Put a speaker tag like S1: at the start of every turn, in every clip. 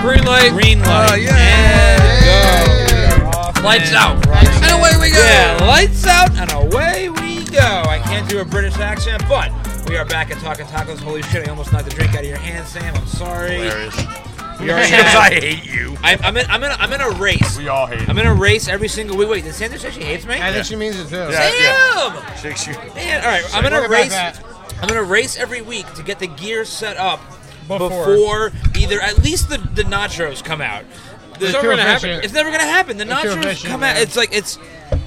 S1: Green light.
S2: Green light.
S1: Oh, yeah.
S2: And go.
S1: Yeah.
S2: We are off
S1: Lights
S2: and
S1: out.
S2: running.
S1: And away we go.
S2: Yeah, lights out and away we go. I can't do a British accent, but we are back at Talking Tacos. Holy shit, I almost knocked the drink out of your hand, Sam. I'm sorry.
S3: Hilarious.
S2: We already
S3: James,
S2: have-
S3: I hate you.
S2: I, I'm, in, I'm, in a, I'm in a race.
S3: We all hate you.
S2: I'm in a race every single week. Wait, did Sandra say she hates me?
S4: I think she means it too.
S3: Yeah.
S2: Damn!
S3: Shakes you.
S2: Man, all right, I'm in
S4: Look
S2: a
S4: at
S2: race.
S4: that.
S2: I'm in a race every week to get the gear set up
S4: Before.
S2: before, either at least the, the nachos come out. The-
S1: It's never gonna happen.
S4: efficient.
S2: It's never gonna happen. The
S4: It's too
S2: nachos
S4: efficient,
S2: come
S4: man.
S2: out. It's like it's.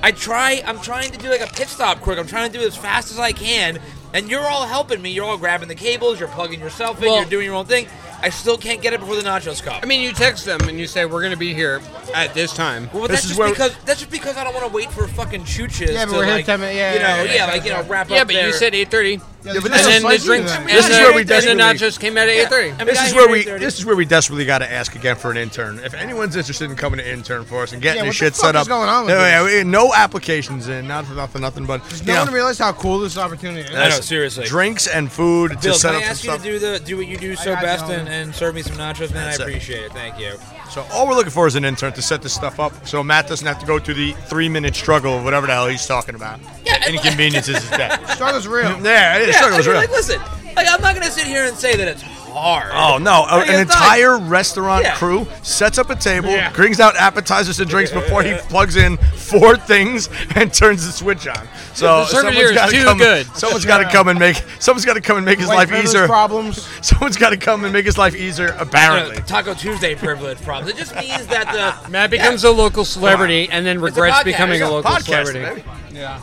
S2: I try. I'm trying to do like a pit stop quick. I'm trying to do it as fast as I can, and you're all helping me. You're all grabbing the cables. You're plugging yourself in.
S1: Well-
S2: you're doing your own thing. I still can't get it before the nachos come.
S1: I mean, you text them and you say we're gonna be here at this time.
S2: well, but
S3: this
S2: that's
S3: is
S2: just
S3: where-
S2: because that's just because I don't want to wait for fucking chooches.
S4: Yeah, but
S2: to,
S4: we're here
S2: like,
S4: ten minutes- yeah,
S2: you know, yeah,
S4: yeah, yeah, yeah.
S2: like you know, wrap
S1: Yeah,
S2: up.
S1: but
S2: there.
S1: you said 8:30,
S4: Yeah,
S3: but
S4: there's
S3: this
S1: and
S3: is
S1: then the
S4: spicy to
S1: drink,
S4: that.
S1: and
S3: This is
S1: then-
S3: where we
S1: and the
S3: desperately-
S1: nachos came out at 8:30.
S2: I'm
S3: This
S2: down
S3: is
S2: here
S3: where
S2: at
S3: we
S2: 8:30.
S3: this is where we desperately got to ask again for an intern. If anyone's interested in coming to intern for us and getting
S4: Yeah,
S3: this
S4: what the
S3: shit
S4: fuck
S3: set
S4: is
S3: up,
S4: going on with
S3: yeah,
S4: this?
S3: yeah, no applications in, not for nothing, nothing but you
S4: No
S3: know,
S4: one realized how cool this opportunity
S2: I
S4: is.
S2: know, seriously.
S3: drinks and food
S2: Bill,
S3: to set
S2: can I
S3: up some
S2: ask you
S3: stuff.
S2: to do the do what you do so
S4: got
S2: best
S4: you.
S2: and, and serve me some nachos, man?
S3: That's it.
S2: I appreciate it. Thank you.
S3: So all we're looking for is an intern to set this stuff up, so Matt doesn't have to go through the three-minute struggle of whatever the hell he's talking about.
S2: Yeah, and-
S3: inconveniences is that.
S4: Struggle's real.
S3: Yeah, it is. struggle
S2: I
S3: is
S2: mean,
S3: real.
S2: Like, listen, like I'm not gonna sit here and say that it's hard.
S3: Oh no! A-
S2: Like,
S3: an
S2: it's not-
S3: entire restaurant
S2: Yeah.
S3: crew sets up a table,
S4: Yeah.
S3: brings out appetizers and drinks before he plugs in four things and turns the switch on. So
S1: The server
S3: someone's
S1: here is
S3: gotta
S1: too
S3: come,
S1: good.
S3: Someone's got to come and make. Someone's got to come and make his
S4: White
S3: life
S4: privilege
S3: easier.
S4: problems.
S3: Someone's got to come and make his life easier.
S2: You know,
S3: Apparently,
S2: Taco Tuesday privilege problems. It just means that the
S1: Matt becomes a local celebrity and then regrets
S2: podcast.
S1: becoming a
S2: It's a
S1: local
S3: Podcast,
S1: celebrity.
S3: baby.
S4: Yeah.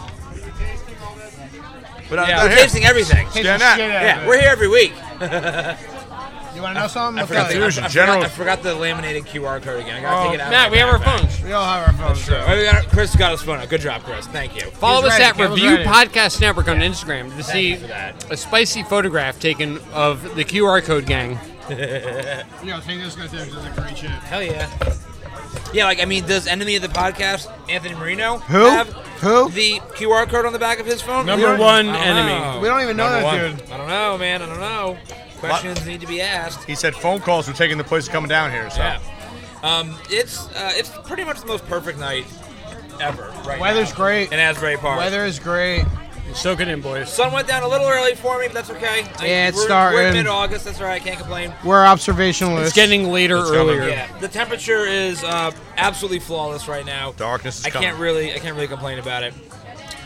S3: But I'm
S1: Yeah.
S3: not
S2: we're
S3: here.
S2: tasting everything.
S4: Taste
S3: Yeah,
S4: the
S3: nah.
S4: shit out of
S2: Yeah,
S4: it.
S2: we're here every week.
S4: You want to know something?
S2: I
S4: I'll
S2: forgot,
S4: tell
S2: the,
S4: you.
S2: I,
S3: Here's your
S2: I,
S3: general-
S2: forgot, I forgot the laminated QR code again. I gotta
S4: Oh,
S2: take it out. of
S1: Matt,
S2: my
S1: we have our
S2: backpack.
S1: phones.
S4: We all have our phones.
S2: So, oh, we got- Chris got his phone out. Good job, Chris. Thank you.
S1: Follow
S4: He's
S1: us
S4: ready.
S1: at
S4: Kevin's
S1: Review
S4: ready.
S1: Podcast Network on Instagram to see
S2: you for that.
S1: a spicy photograph taken of the QR code gang.
S4: Yo, take this guy there. This is a great shit.
S2: Hell yeah. Yeah, like I mean, does enemy of the podcast Anthony Marino
S4: Who?
S2: have
S4: Who?
S2: the QR code on the back of his phone? Oh.
S1: Number
S2: We don't-
S1: one
S2: I don't
S1: enemy.
S2: know.
S4: We don't even know
S2: Number
S4: that
S2: one.
S4: dude.
S2: I don't know, man. I don't know. Questions need to be asked.
S3: He said phone calls were taking the place of coming down here. So
S2: Yeah. Um, it's uh, it's pretty much the most perfect night ever. Right.
S4: Weather's
S2: now
S4: great.
S2: In Asbury Park.
S4: Weather is great.
S1: Soak it in, boys.
S2: Sun went down a little early for me, but that's okay. I-
S4: Yeah, it's
S2: we're, We're
S4: starting.
S2: mid August. That's all right. I can't complain.
S4: We're observationalists.
S1: It's getting later
S3: It's coming.
S1: earlier.
S2: Yeah, the temperature is uh, absolutely flawless right now.
S3: Darkness is
S2: I
S3: coming.
S2: can't really, I can't really complain about it.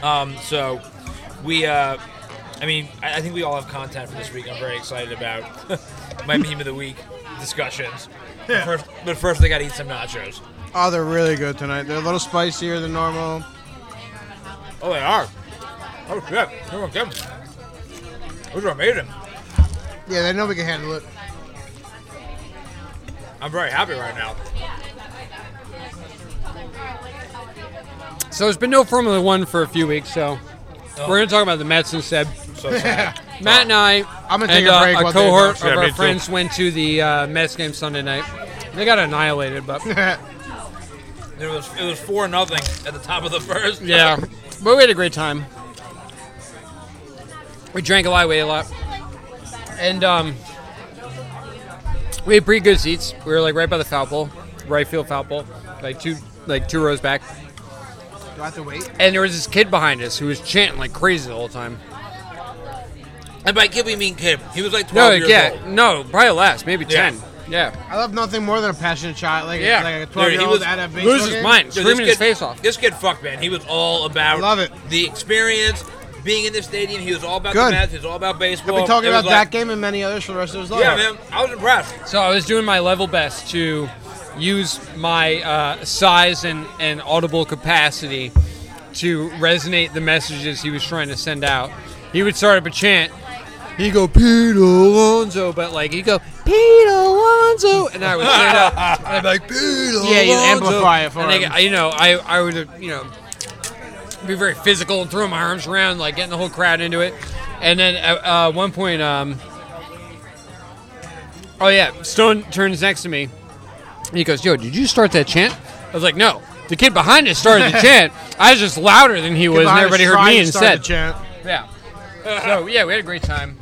S2: Um, so we, uh, I mean, I, I think we all have content for this week. I'm very excited about my meme of the week discussions. But First, but first, I gotta eat some nachos.
S4: Oh, they're really good tonight. They're a little spicier than normal.
S2: Oh, they are. Oh shit, those are good. Those are amazing.
S4: Yeah, they know we can handle it.
S2: I'm very happy right now.
S1: So there's been no Formula One for a few weeks, so
S3: Oh.
S1: we're going to talk about the Mets instead.
S2: So sad.
S1: Matt and I
S4: I'm gonna
S1: and,
S4: take a
S1: uh,
S4: break while they
S1: cohort
S4: talk.
S1: of
S3: Yeah, me
S1: our
S3: too.
S1: friends went to the uh, Mets game Sunday night. They got annihilated, but
S2: it was it was four nothing at the top of the first.
S1: yeah, but we had a great time. We drank a lot, we ate a lot, and um, we had pretty good seats. We were like right by the foul pole, right field foul pole, like two like two rows back.
S4: Do I have to wait?
S1: And there was this kid behind us who was chanting like crazy the whole time.
S2: And by kid we mean kid. He was like
S1: No,
S2: 12 years
S1: yeah,
S2: old.
S1: no, probably less, maybe
S2: Yeah.
S1: ten. Yeah,
S4: I love nothing more than a passionate child, like,
S1: Yeah.
S4: like a
S1: Dude,
S4: 12 year
S2: he
S4: old
S2: was-
S4: at a baseball
S1: loses
S4: game.
S1: his mind,
S2: Dude,
S1: screaming
S2: this
S1: his
S2: kid-
S1: face off.
S2: This kid fucked, man. He was all about
S4: Love it.
S2: the experience, being in the stadium. He was all about
S4: Good.
S2: the Mets. He was all about baseball.
S4: He'll be talking
S2: It was
S4: about
S2: like-
S4: that game and many others for the rest of his life.
S2: Yeah, man. I was impressed.
S1: So I was doing my level best to use my uh, size and, and audible capacity to resonate the messages he was trying to send out. He would start up a chant. He'd go, Pete Alonso, but like he'd go, Pete Alonso. And I would stand up and I'd be like, Pete Alonso.
S4: Yeah, you amplify it for
S1: and I-
S4: him.
S1: I, you know, I, I would, you know, be very physical and throwing my arms around, like getting the whole crowd into it. And then at uh, one point, um, oh yeah, Stone turns next to me. And he goes, "Yo, did you start that chant?" I was like, "No." The kid behind us started the chant. I was just louder than he was, and
S4: Behind
S1: everybody
S4: us
S1: heard
S4: trying
S1: me
S4: to start
S1: instead.
S4: the chant.
S1: Yeah. So yeah, we had a great time.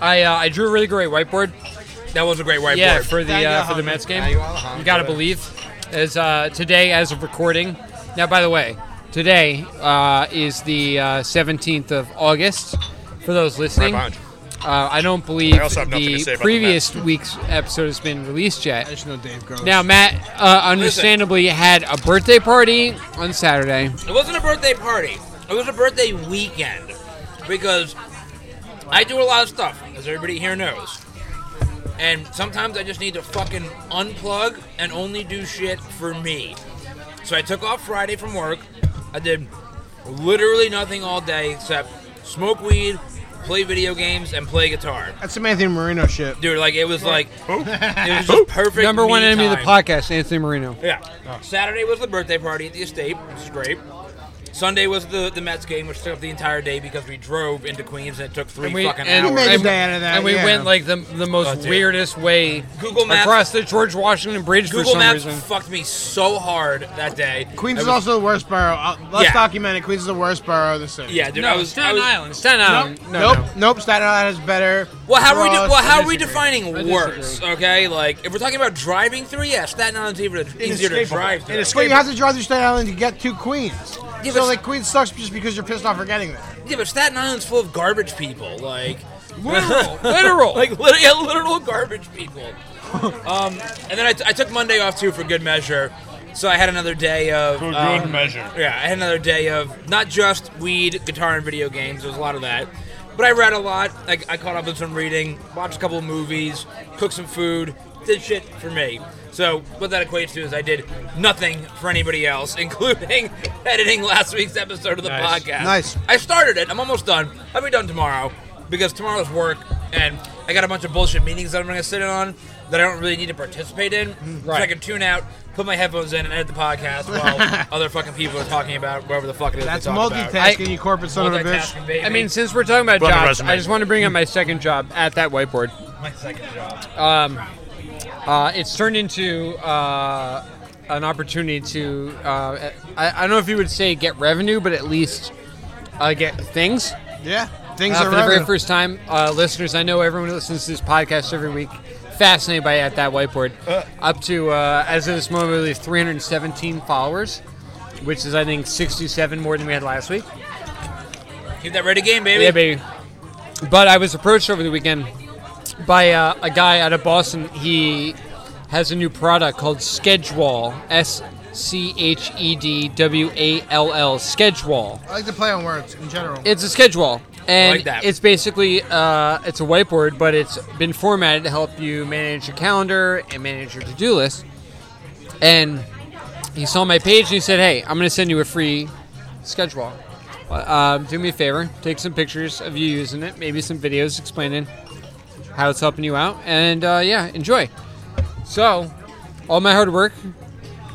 S1: I uh, I drew a really great whiteboard.
S2: That was a great whiteboard.
S1: yeah, for the
S4: Daniel
S1: uh, for the
S4: Hunter.
S1: Mets game.
S4: Daniel Hunter.
S1: You gotta believe, as uh, today as of recording. Now, by the way, today uh, is the seventeenth of August. For those listening, uh,
S3: behind you.
S1: I don't believe
S3: also have nothing to say
S1: the
S3: about the
S1: previous week's episode has been released
S4: I
S1: yet.
S4: just know Dave Gross.
S1: Now, Matt, uh, understandably, had a birthday party on Saturday.
S2: It wasn't a birthday party. It was a birthday weekend because I do a lot of stuff, as everybody here knows. And sometimes I just need to fucking unplug and only do shit for me. So I took off Friday from work. I did literally nothing all day except smoke weed, play video games, and play guitar.
S4: that's some Anthony Marino shit.
S2: Dude, like it was like it was just perfect.
S1: Number one
S2: me
S1: enemy of the
S2: time.
S1: podcast, Anthony Marino.
S2: Yeah. Oh. Saturday was the birthday party at the estate, which is great. Sunday was the, the Mets game, which took up the entire day because we drove into Queens and it took three fucking hours.
S4: made a day out of that,
S1: and we
S4: yeah.
S1: went like the the
S2: Oh,
S1: most
S2: dude.
S1: weirdest way
S2: Google Maps-
S1: across the George Washington Bridge for
S2: Google
S1: some
S2: Maps
S1: reason.
S2: fucked me so hard that day.
S4: Queens
S2: I
S4: is
S2: was-
S4: also the worst borough. Uh, let's
S2: Yeah.
S4: document it. Queens is the worst borough of the city.
S2: Yeah, dude. I
S1: No,
S2: was, I
S1: Staten
S2: was-
S1: Island. Staten Island.
S4: Nope.
S1: No,
S4: nope.
S1: no.
S4: Nope. Staten Island is better.
S2: Well, how are we?
S4: Gross.
S2: De- well, how
S4: I
S2: are we
S4: disagree.
S2: defining worse? Okay, like if we're talking about driving through, yeah, Staten Island's even easier to
S3: Inescapable.
S2: drive through.
S4: Well, you have to drive through Staten Island to get to Queens.
S2: Yeah,
S4: so
S2: but-
S4: like Queens sucks just because you're pissed off for getting there.
S2: Yeah, but Staten Island's full of garbage people. Like
S1: Literal, literal.
S2: like lit- yeah, literal garbage people. Um, and then I, t- I took Monday off too for good measure, so I had another day of
S3: For good
S2: um,
S3: measure.
S2: Yeah, I had another day of not just weed, guitar, and video games. There was a lot of that, but I read a lot. I, I caught up on some reading, watched a couple of movies, cooked some food, did shit for me. So what that equates to is I did nothing for anybody else, including editing last week's episode of the
S1: Nice.
S2: podcast.
S4: Nice.
S2: I started it. I'm almost done. I'll be done tomorrow because tomorrow's work, and I got a bunch of bullshit meetings that I'm going to sit in on that I don't really need to participate in. So I
S1: Right.
S2: can tune out, put my headphones in, and edit the podcast while other fucking people are talking about whatever the fuck it is.
S4: That's
S2: they talk
S4: multitasking,
S2: About.
S4: you corporate son of a bitch.
S2: Multitasking, baby.
S1: I mean, since we're talking about
S3: Run a
S1: jobs,
S3: resume.
S1: I just want to bring up my second job at that whiteboard.
S2: my second job.
S1: Uh, it's turned into uh, an opportunity to, uh, I, I don't know if you would say get revenue, but at least uh, get things.
S4: Yeah, things
S1: Uh,
S4: are
S1: for the very
S4: revenue.
S1: first time, uh, listeners, I know everyone who listens to this podcast every week, fascinated by At That Whiteboard. Up to, uh, as of this moment, we have 317 followers, which is, I think, 67 more than we had last week.
S2: Keep that ready game, baby.
S1: Yeah, baby. But I was approached over the weekend by uh, a guy out of Boston. He has a new product called Schedule. S C H E D W A L L. Schedule.
S4: I like to play on words in general.
S1: It's a schedule, and
S2: like that.
S1: it's basically uh, it's a whiteboard, but it's been formatted to help you manage your calendar and manage your to-do list. And he saw my page and he said, "Hey, I'm going to send you a free schedule. Uh, do me a favor, take some pictures of you using it, maybe some videos explaining how it's helping you out, and uh, yeah, enjoy." So, all my hard work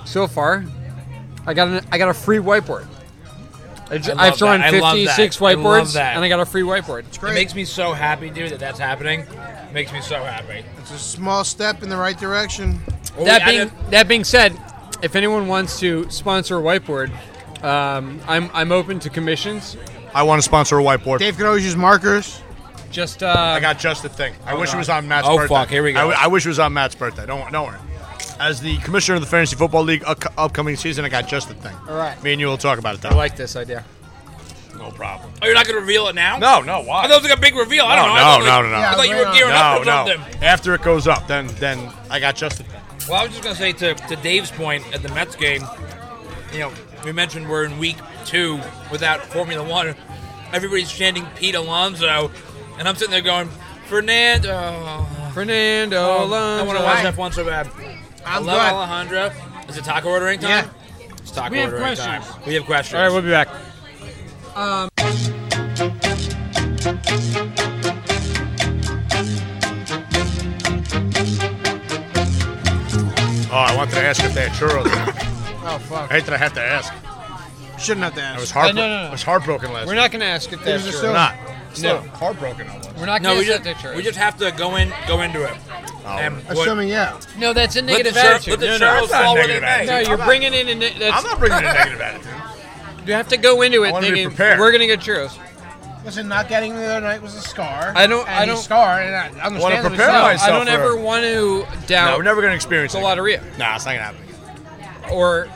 S1: so far, I got an, I got a free whiteboard. I
S2: love
S1: have drawn
S2: that. I love
S1: 56
S2: that. I love
S1: whiteboards,
S2: that.
S1: and I got a free whiteboard.
S2: It makes me so happy, dude, that that's happening. It makes me so happy.
S4: It's a small step in the right direction.
S2: Well,
S1: That
S2: we
S1: being
S2: added-
S1: that being said, if anyone wants to sponsor a whiteboard, um, I'm I'm open to commissions.
S3: I want to sponsor a whiteboard.
S4: Dave can always use markers.
S1: Just
S3: I
S1: uh,
S3: got just the thing. I wish it was on Matt's
S2: Oh,
S3: birthday.
S2: fuck, here we go.
S3: I, w- I wish it was on Matt's birthday. Don't, don't worry. As the commissioner of the Fantasy Football League uc- upcoming season, I got just the thing.
S1: All right.
S3: Me and you will talk about it, though.
S1: I like this idea.
S3: no problem.
S2: oh, you're not gonna reveal it now?
S3: No, no,
S2: I
S3: why?
S2: thought it was like a big reveal. I don't
S3: No,
S2: know. I thought,
S3: no,
S2: like-
S3: no, no,
S2: I
S4: no.
S2: thought you were gearing up
S3: no,
S2: for
S3: no.
S2: something.
S3: After it goes up, then then I got just the thing.
S2: Well, I was just gonna say to, to Dave's point at the Mets game, you know, we mentioned we're in week two without Formula One. Everybody's chanting Pete Alonso, and I'm sitting there going, Fernando.
S1: Fernando
S2: Oh, I want to watch F1 so bad. i
S4: I'm
S2: love
S4: glad.
S2: Alejandro. Is it taco ordering time? It's taco
S1: We have
S2: ordering time.
S1: questions.
S2: We have questions.
S1: All right, we'll be back.
S3: Oh, I wanted to ask if they had churros. I
S4: Oh fuck! Uh,
S3: hate that I have to ask.
S4: Shouldn't have to ask.
S3: I was heartbroken.
S1: no, no, no.
S3: I was heartbroken last.
S1: We're not going to ask if
S4: There's
S1: that's
S4: a
S1: true.
S3: We're
S4: still-
S3: not.
S1: No.
S3: Heartbroken. I was.
S1: We're not
S2: No,
S1: going
S2: we
S1: to ask that
S2: just, we just have to go in go into it.
S3: Oh.
S2: And what-
S4: Assuming yeah.
S1: No, that's a
S2: let the,
S1: negative
S2: char- let
S1: attitude.
S2: the
S3: No, no,
S2: Charles
S3: that's not
S2: fall where they
S3: negative
S2: may.
S3: attitude.
S1: no, you're bringing in a. ne- That's,
S3: I'm not bringing a negative attitude.
S1: you have to go into
S3: I
S1: it
S3: wanna be
S1: thinking
S3: prepared.
S1: we're going to get churros.
S4: Listen, not getting the other night was a scar.
S1: I don't-
S4: And
S1: I
S4: you
S1: don't-
S4: scar, and I understand.
S3: Wanna
S4: what he's
S3: prepare
S4: saying.
S3: myself.
S1: I don't
S3: for-
S1: ever want to doubt
S3: No, we're never going to experience
S1: the
S3: it.
S1: lotteria
S3: Nah, it's not going to happen. again.
S1: or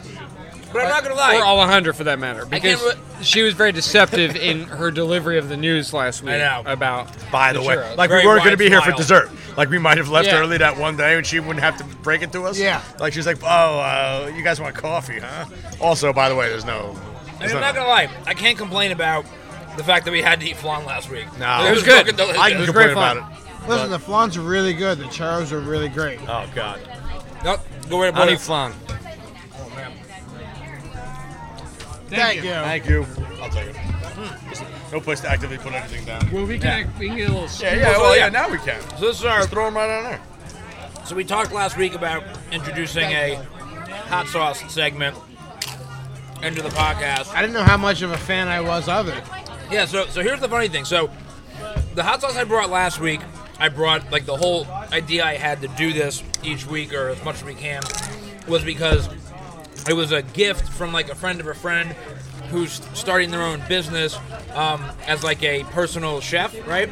S2: But I'm not gonna lie.
S1: or Alejandra for that matter, because
S2: re-
S1: she was very deceptive in her delivery of the news last week
S2: know.
S1: about.
S3: By the, way,
S1: churros.
S3: like
S2: Very
S3: we weren't going to be here for
S2: wide
S3: dessert. Like we might have left
S1: Yeah.
S3: early that one day, and she wouldn't have to break it to us.
S4: Yeah.
S3: Like she's like, oh, uh, you guys want coffee, huh? Also, by the way, there's no.
S2: I mean,
S3: there's
S2: I'm
S3: no-
S2: not gonna lie. I can't complain about the fact that we had to eat flan last week.
S3: No. It
S1: was good.
S2: fucking delicious.
S3: I can
S1: was
S3: complain
S1: great fun.
S3: about it.
S4: Listen, the flans are really good. The churros are really great.
S3: Oh God.
S2: Nope. Go right about it.
S3: flan.
S4: Thank, you.
S3: Thank you. I'll take it. Hmm. No place to actively put anything down.
S1: Well, we can we can get a little.
S3: Yeah, yeah,
S2: Well,
S3: well, yeah.
S2: yeah.
S3: Now we can.
S2: So this is our.
S3: Throw them right on there.
S2: So we talked last week about introducing a hot sauce segment into the podcast.
S4: I didn't know how much of a fan I was of it.
S2: Yeah. So so here's the funny thing. So the hot sauce I brought last week, I brought like the whole idea I had to do this each week or as much as we can, was because it was a gift from like a friend of a friend who's starting their own business um, as like a personal chef, right?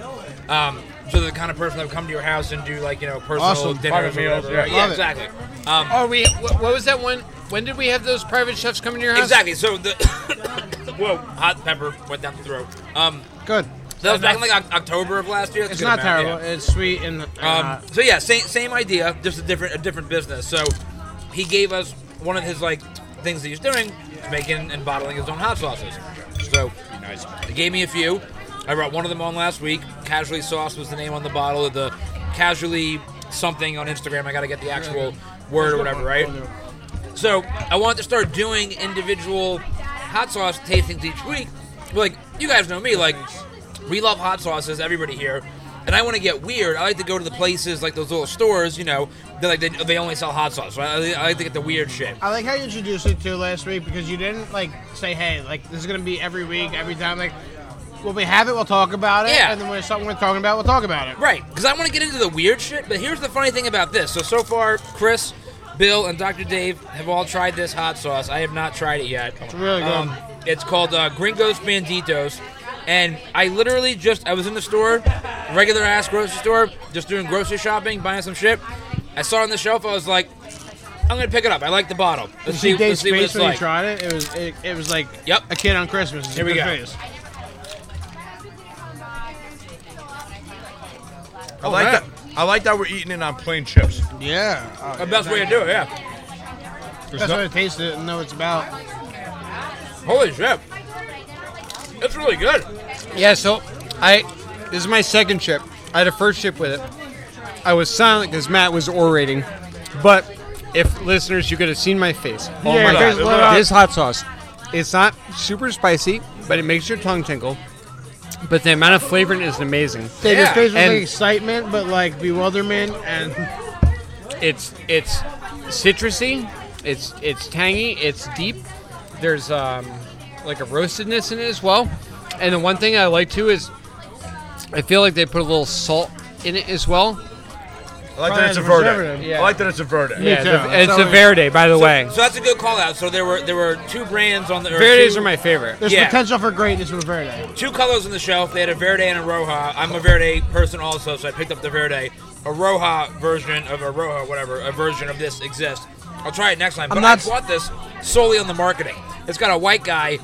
S2: Um, so the kind of person that would come to your house and do like you know personal
S4: Awesome.
S2: dinners
S3: Private
S2: or
S3: meals,
S2: whatever. right?
S3: yeah.
S2: Yeah,
S4: Love it.
S2: exactly. Um,
S1: Oh, we. What what was that one? When did we have those private chefs come into your house?
S2: exactly. So the whoa, hot pepper went down the throat. Um,
S4: Good.
S2: that was back in like Oc- October of last year.
S4: It's not terrible. It's sweet and.
S2: Um,
S4: uh,
S2: so yeah, same same idea, just a different a different business. So he gave us one of his like things that he's doing, making and bottling his own hot sauces. So nice. He gave me a few. I brought one of them on last week. Casually sauce was the name on the bottle. of The casually something on Instagram. I got to get the actual word or whatever, right? So I want to start doing individual hot sauce tastings each week. Like you guys know me, like we love hot sauces, everybody here, and I want to get weird. I like to go to the places like those little stores, you know, they like they, they only sell hot sauce. So I, I like to get the weird shit.
S4: I like how you introduced it to last week because you didn't like say, "Hey, like this is gonna be every week, every time." Like, when we have it, we'll talk about it,
S2: Yeah.
S4: and then when it's something we're talking about, we'll talk about it.
S2: Right, because I want to get into the weird shit. But here's the funny thing about this. So so far, Chris, Bill, and Dr. Dave have all tried this hot sauce. I have not tried it yet. It's
S4: really good.
S2: it's called uh, Gringos Banditos, and I literally just I was in the store, regular ass grocery store, just doing grocery shopping, buying some shit. I saw it on the shelf. I was like, I'm gonna pick it up. I like the bottle.
S4: Did
S2: Let's
S4: you see Dave's
S2: let's see what
S4: face
S2: it's
S4: when
S2: like.
S4: he tried it? It was it, it was like
S2: Yep.
S4: a kid on Christmas. It's a
S2: Here we
S4: good
S2: go.
S4: Face.
S3: I like
S2: right.
S3: that. I like that we're eating it on plain chips.
S4: Yeah.
S2: The best way to do it, yeah.
S4: That's what it tasted and know what it's about.
S2: Holy shit, it's really good.
S1: Yeah, so I this is my second trip. I had a first trip with it. I was silent because Matt was orating, but if listeners, you could have seen my face. Oh
S4: Yeah,
S1: my
S4: there's a
S1: god,
S4: lot-
S1: this hot sauce. It's not super spicy, but it makes your tongue tingle. But the amount of flavor in it is amazing.
S4: Dave's
S2: Yeah,
S4: face was
S1: and-
S4: like excitement, but like bewilderment, and
S1: It's it's citrusy, it's it's tangy, it's deep. There's um, like a roastedness in it as well. And the one thing I like too is I feel like they put a little salt in it as well.
S3: I like that it's a
S4: Fries,
S3: verde.
S4: preservative.
S1: Yeah.
S3: I like that it's a verde.
S1: Yeah,
S4: too.
S1: the-
S4: That's
S1: it's
S4: how
S1: a
S4: we-
S1: Verde, by the way.
S2: So that's a good call out. So there were there were two brands on the or
S1: Verdes
S2: two-
S1: are my favorite.
S4: there's
S2: Yeah.
S4: potential for greatness with Verde.
S2: two colors on the shelf. They had a Verde and a Roja. I'm a Verde person also, so I picked up the Verde. A Roja version of a Roja, whatever, a version of this exists. I'll try it next time. But i
S4: not-
S2: bought this solely on the marketing. It's got a white guy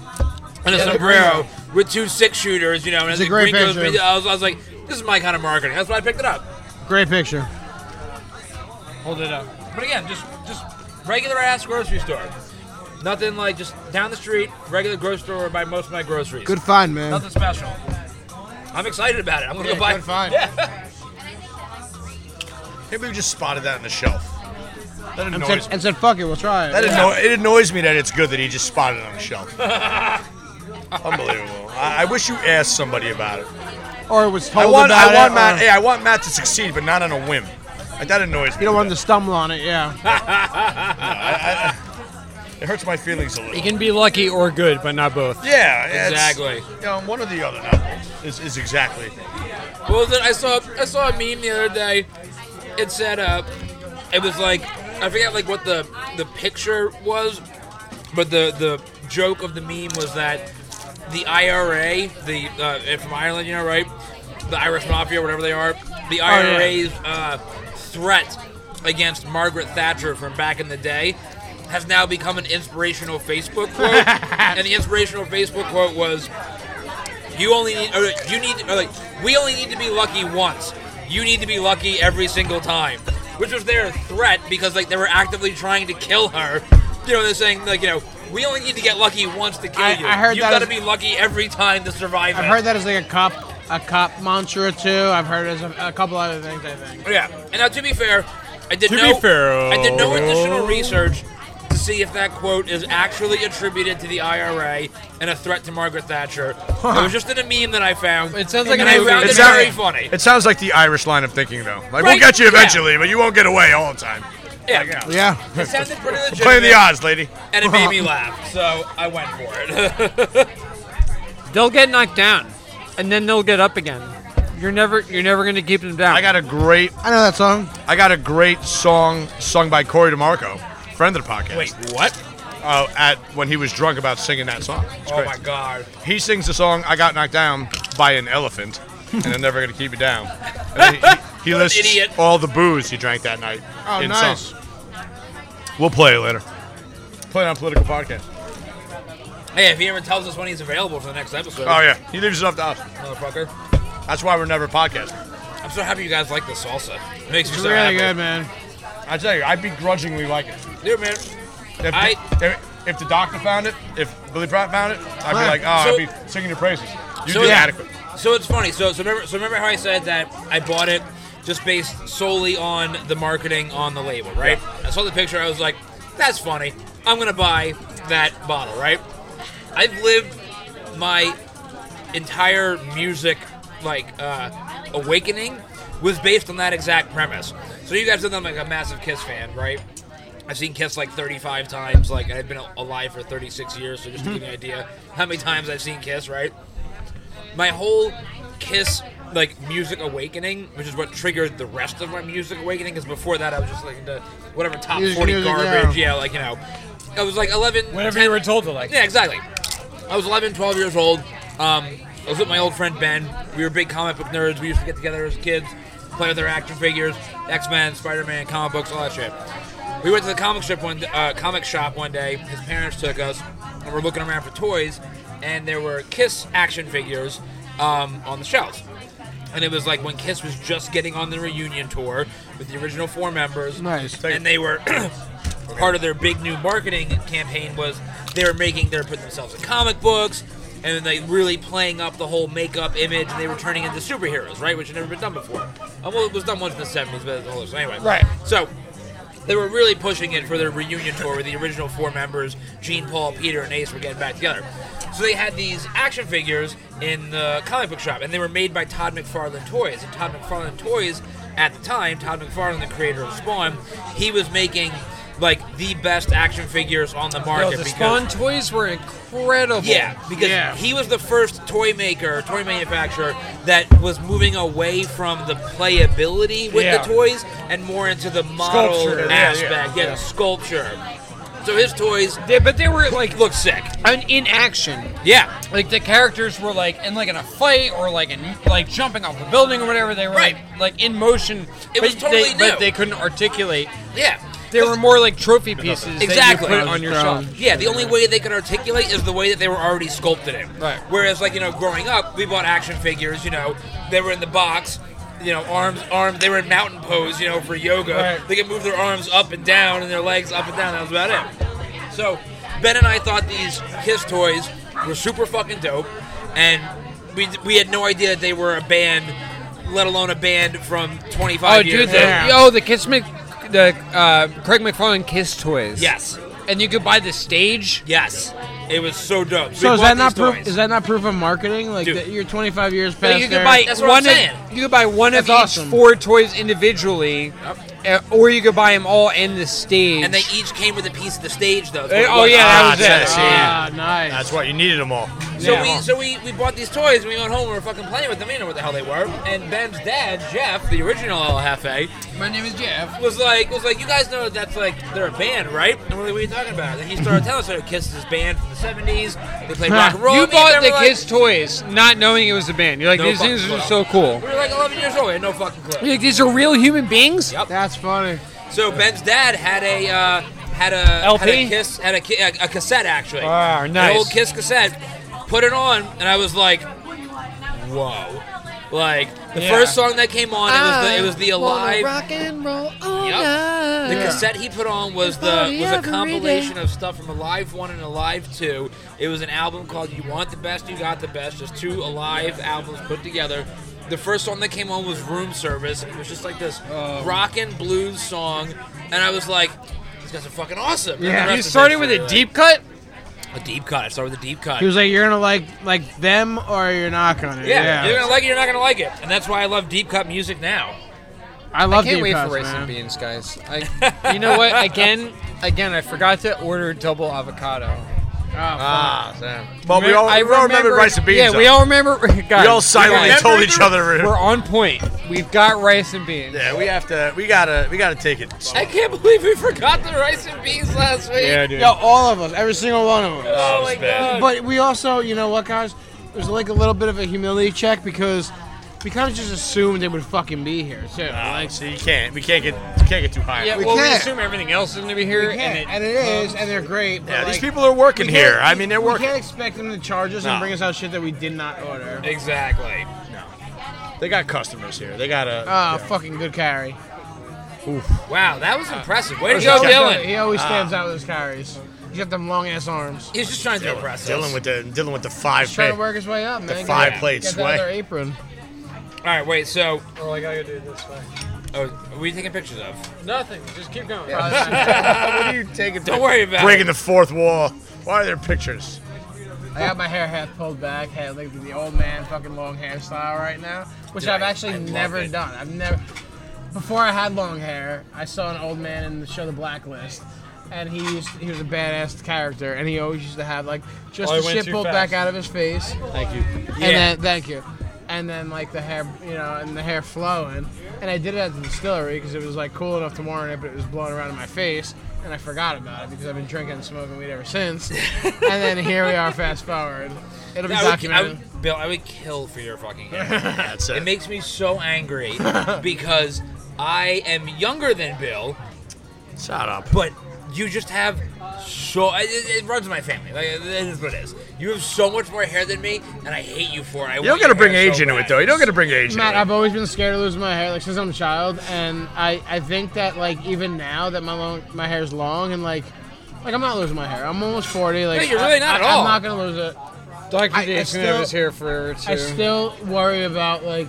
S2: in a sombrero with two six shooters, you know, and
S4: a
S2: the
S4: great
S2: Gringos-
S4: picture.
S2: I was, I was like, this is my kind of marketing. That's why I picked it up.
S4: Great picture.
S1: Hold it up.
S2: But again, just just regular ass grocery store. Nothing like just down the street, regular grocery store where I buy most of my groceries.
S4: Good find, man.
S2: Nothing special. I'm excited about it. I'm gonna
S4: Yeah,
S2: go buy.
S4: good find.
S2: Yeah.
S3: Maybe we just spotted that on the shelf. That
S4: And
S3: annoys
S4: said,
S3: me.
S4: and said, "Fuck it, we'll try
S3: That
S4: it."
S3: anno- it annoys me that it's good that he just spotted it on the shelf. Unbelievable. I-, I wish you asked somebody about it.
S4: Or was told
S3: I want,
S4: about
S3: I want
S4: it. or-
S3: Matt. Hey, I want Matt to succeed, but not on a whim. Like, that annoys me.
S4: you don't want him to stumble on it, yeah.
S3: It hurts my feelings a little.
S1: You can be lucky or good, but not both.
S3: Yeah, it's-
S2: Exactly.
S3: You know, one or the other. Now is, is exactly.
S2: What was it? I saw I saw a meme the other day. It said uh, it was like I forget like what the the picture was, but the the joke of the meme was that the IRA, the uh, and from Ireland, you know, right? The Irish Mafia, whatever they are, the
S4: Oh,
S2: IRA's uh, threat against Margaret Thatcher from back in the day has now become an inspirational Facebook quote. and the inspirational Facebook quote was, "You only need, or you need, or like, we only need to be lucky once. You need to be lucky every single time." Which was their threat because like they were actively trying to kill her. You know, they're saying like, you know, we only need to get lucky once to kill
S4: I-
S2: you.
S4: I heard
S2: You've
S4: that
S2: got to
S4: as-
S2: be lucky every time to survive.
S4: I've
S2: it."
S4: heard that as like a cop, a cop mantra too. I've heard it as a, a couple other things. I think.
S2: Yeah. And now, to be fair, I did
S3: To be
S2: no
S3: fair,
S2: I did no
S3: uh,
S2: additional research to see if that quote is actually attributed to the IRA and a threat to Margaret Thatcher. It was just in a meme that I found.
S1: It sounds like
S2: and
S1: an
S2: I
S1: movie.
S2: found
S1: It
S2: it
S1: sounds-
S2: very funny.
S3: It sounds like the Irish line of thinking, though. Like we'll
S2: Right,
S3: get you
S2: yeah.
S3: eventually, but you won't get away all the time.
S2: Yeah.
S4: Yeah.
S2: It sounded pretty legitimate.
S3: Play the odds, lady.
S2: And it made me laugh, so I went for it.
S1: They'll get knocked down, and then they'll get up again. You're never you're never gonna keep them down.
S3: I got a great,
S4: I know that song.
S3: I got a great song sung by Corey DeMarco, friend of the podcast.
S2: Wait, what?
S3: uh, at when he was drunk about singing that song. It's
S2: Oh
S3: great.
S2: my god.
S3: He sings the song "I Got Knocked Down" by an elephant, and I'm never gonna keep it down. And he- he he
S2: What an
S3: lists
S2: idiot.
S3: all the booze he drank that night.
S4: Oh,
S3: in
S4: nice.
S3: song. We'll play it later. Play it on political podcast.
S2: Hey, if he ever tells us when he's available for the next episode,
S3: Oh yeah, he leaves it up to us.
S2: motherfucker.
S3: That's why we're never podcasting.
S2: I'm so happy you guys like the salsa. It makes me
S4: It's
S2: so
S4: really
S2: happy.
S4: good, man.
S3: I tell you, I begrudgingly like it.
S2: Dude, man.
S3: If,
S2: I-
S3: if, if the doctor found it, if Billy Pratt found it, I'd be
S4: Huh.
S3: like, oh,
S2: So-
S3: I'd be singing your praises. You
S2: So
S3: did
S2: it's-
S3: adequate.
S2: So it's funny. So so remember so remember how I said that I bought it just based solely on the marketing on the label, right? I saw the picture. I was like, "That's funny. I'm gonna buy that bottle." Right? I've lived my entire music like uh, awakening was based on that exact premise. So you guys know that I'm like a massive Kiss fan, right? I've seen Kiss like 35 times. Like I've been alive for 36 years, so just to give you an idea how many times I've seen Kiss, right? my whole kiss like music awakening which is what triggered the rest of my music awakening because before that i was just like into whatever top
S4: Music,
S2: 40
S4: music,
S2: garbage yeah. like you know i was like 11
S1: Whatever
S2: 10
S1: you were told to like.
S2: yeah exactly i was 11 12 years old um, i was with my old friend ben we were big comic book nerds we used to get together as kids play with their action figures x-men spider-man comic books all that shit we went to the comic strip one uh, comic shop one day. His parents took us, and we're looking around for toys, and there were Kiss action figures um, on the shelves. And it was like when Kiss was just getting on the reunion tour with the original four members.
S4: Nice.
S2: And they were part of their big new marketing campaign was they were making they were putting themselves in comic books and then they really playing up the whole makeup image and they were turning into superheroes, right? Which had never been done before. Uh, well, it was done once in the 70s, but it's anyway.
S4: Right.
S2: So they were really pushing it for their reunion tour with the original four members Gene, Paul, Peter, and Ace were getting back together. So they had these action figures in the comic book shop, and they were made by Todd McFarlane Toys. And Todd McFarlane Toys, at the time, Todd McFarlane, the creator of Spawn, he was making like the best action figures on the
S1: Yo,
S2: market
S1: the
S2: because
S1: Spawn toys were incredible.
S2: yeah, because
S4: Yeah.
S2: he was the first toy maker, toy manufacturer that was moving away from the playability with
S1: Yeah.
S2: the toys and more into the model
S1: Sculpture, yeah,
S2: aspect,
S1: yeah,
S2: yeah,
S1: yeah.
S2: the sculpture. So his toys
S1: They- but they were like
S2: look sick.
S1: an in action.
S2: Yeah,
S1: Like the characters were like in like in a fight or like in like jumping off a building or whatever. They were
S2: Right.
S1: like, like in motion. but
S2: It was
S1: they,
S2: totally
S1: But
S2: new.
S1: they couldn't articulate.
S2: yeah.
S1: They were more like trophy pieces
S2: Exactly.
S1: that you put on your shelf.
S2: Yeah, the only way they could articulate is the way that they were already sculpted in.
S1: Right.
S2: Whereas, like you know, growing up, we bought action figures. You know, they were in the box. You know, arms, arms. They were in mountain pose. You know, for yoga,
S1: Right.
S2: they could move their arms up and down and their legs up and down. That was about it. So, Ben and I thought these Kiss toys were super fucking dope, and we we had no idea that they were a band, let alone a band from 25
S1: Oh,
S2: years
S1: dude!
S2: ago.
S1: The, oh, the Kiss Mc, the uh, Craig McFarlane Kiss toys.
S2: Yes,
S1: and you could buy the stage.
S2: yes, it was so dope.
S4: So
S2: we bought
S4: is that not
S2: these
S4: proof?
S2: toys.
S4: Is that not proof of marketing? Like
S2: Dude.
S4: that you're 25 years past.
S1: But you could
S4: there?
S1: buy
S2: That's what I'm
S1: one.
S2: saying.
S1: Of, you could buy one of
S4: That's
S1: each
S4: awesome.
S1: four toys individually, uh, or you could buy them all and the stage.
S2: And they each came with a piece of the stage, though.
S1: They- oh yeah,
S3: Ah,
S1: that was it.
S3: Tennessee.
S4: Ah, nice.
S3: That's why you needed them all.
S2: So
S1: Yeah.
S2: we so we, we bought these toys and we went home and we were fucking playing with them. We didn't know what the hell they were. And Ben's dad, Jeff, the original El Jefe,
S5: My name is Jeff.
S2: was like was like you guys know that's like they're a band, right? And we're like, what are you talking about? And he started telling us that Kiss is this band from the seventies. They played rock and roll.
S1: You
S2: music.
S1: bought
S2: And
S1: the
S2: we're like-
S1: kids' toys, not knowing it was a band. You're like,
S2: No
S1: these
S2: fucking
S1: things are
S2: clue.
S1: so cool.
S2: We were like eleven years old. We had no fucking clue.
S1: You're like, these are real human beings.
S2: Yep.
S4: That's funny.
S2: So Ben's dad had a uh, had a had
S1: LP?
S2: a Kiss had a, ki- a, a cassette actually.
S1: Ah,
S2: An
S1: nice.
S2: old Kiss cassette. Put it on, and I was like, whoa. Like the
S1: Yeah.
S2: first song that came on, it was the, it was the Alive Yep. The cassette he put on was
S4: Oh,
S2: the was a compilation of stuff from Alive One and Alive Two. It was an album called "You Want the Best, You Got the Best," just two Alive albums put together. The first song that came on was "Room Service." It was just like this
S1: Oh.
S2: rock and blues song, and I was like, "These guys are fucking awesome." And the
S4: Yeah.
S2: rest
S1: You
S2: is
S1: started with
S2: history,
S1: a
S2: like-
S1: deep cut.
S2: a deep cut. I started with a deep cut.
S4: He was like, "You're gonna like like them, or you're not gonna."
S2: yeah,
S4: Yeah.
S2: you're gonna like it. You're not gonna like it, and that's why I love deep cut music now.
S4: I love
S1: Can't
S4: Deep
S1: wait
S4: Cuts,
S1: for rice
S4: man.
S1: and beans, guys. I, you know what? Again, again, I forgot to order double avocado.
S4: Oh,
S1: Ah, Sam.
S3: Well, Oh, we all-
S1: I
S3: we all remembered rice and beans,
S1: Yeah, we
S3: though.
S1: all remember. Guys,
S3: We all silently
S1: guys,
S3: told each other.
S1: We're on point. We've got rice and beans.
S3: Yeah, we have to. We gotta. We gotta take it.
S2: I can't believe we forgot the rice and beans last week.
S3: dude.
S4: Yo, all of us, every single one of us.
S2: Oh
S3: was
S2: my
S3: bad.
S2: god.
S4: But we also, you know what, guys? It was like a little bit of a humility check because we kind of just assumed they would fucking be here too.
S3: Like, so you can't. We can't get. You can't get too high.
S1: Yeah,
S4: We
S1: well, we
S4: can't.
S1: assume everything else is going to be here,
S4: Yeah,
S1: and it,
S4: and it is, and they're great. but,
S3: Yeah, these
S4: like,
S3: people are working
S4: we can't-
S3: here. I mean, they're
S4: we
S3: working.
S4: can't expect them to charge us
S3: No.
S4: and bring us out shit that we did not order.
S2: Exactly.
S3: They got customers here. They got a.
S4: Ah, fucking good carry.
S2: Wow, that was impressive. Way to
S1: He
S2: go,
S1: always-
S2: Dylan.
S4: He always stands out with his carries. He's got them long ass arms.
S2: He was just trying to
S3: Dylan,
S2: impress us.
S3: Dylan with the dealing with the five.
S4: He's trying
S3: pay-
S4: to work his way up, man.
S3: the
S4: Get-
S3: five
S4: get
S3: plate
S4: that
S3: sway.
S4: other apron.
S2: All right, wait. So,
S4: Oh, I gotta do this way.
S2: oh, what are you taking pictures of?
S1: nothing. Just keep going.
S4: what are you taking?
S2: Don't worry about
S3: breaking
S2: it.
S3: the fourth wall. Why are there pictures?
S4: I got my hair half pulled back, had like the old man fucking long hairstyle right now, which
S2: Dude,
S4: I've
S2: I-
S4: actually
S2: I love
S4: never
S2: it.
S4: done. I've never. Before I had long hair, I saw an old man in the show The Blacklist, and he used he was a badass character, and he always used to have like just
S1: Oh, he
S4: the
S1: went
S4: shit
S1: too
S4: pulled
S1: fast.
S4: back out of his face,
S1: Thank you.
S4: and
S2: Yeah.
S4: then thank you, and then like the hair, you know, and the hair flowing, and I did it at the distillery because it was like cool enough to warrant it, but it was blowing around in my face. And I forgot about it because I've been drinking and smoking weed ever since. and then here we are, fast forward. It'll be
S2: I would, I
S4: documented.
S2: would, Bill, I would kill for your fucking hair.
S3: That's
S2: it
S3: it.
S2: makes me so angry because I am younger than Bill,
S3: Shut up.
S2: but you just have so it, it it runs in my family. Like it is what it is. You have so much more hair than me, and I hate you for it. I
S3: You don't
S2: want
S3: got to
S2: your
S3: bring
S2: hair
S3: age
S2: so
S3: into it
S2: bad.
S3: though. You don't got to bring age
S4: Matt,
S3: into it.
S4: I've always been scared of losing my hair, like since I'm a child, and I, I think that like even now that my long my hair's long and like like I'm not losing my hair. I'm almost forty. Like
S2: No, you're
S4: I-
S2: really not
S4: I,
S2: at all.
S4: I'm not gonna lose it.
S1: Doctor
S4: I- I
S1: Jason have
S4: still-
S1: his hair forever too.
S4: I still worry about like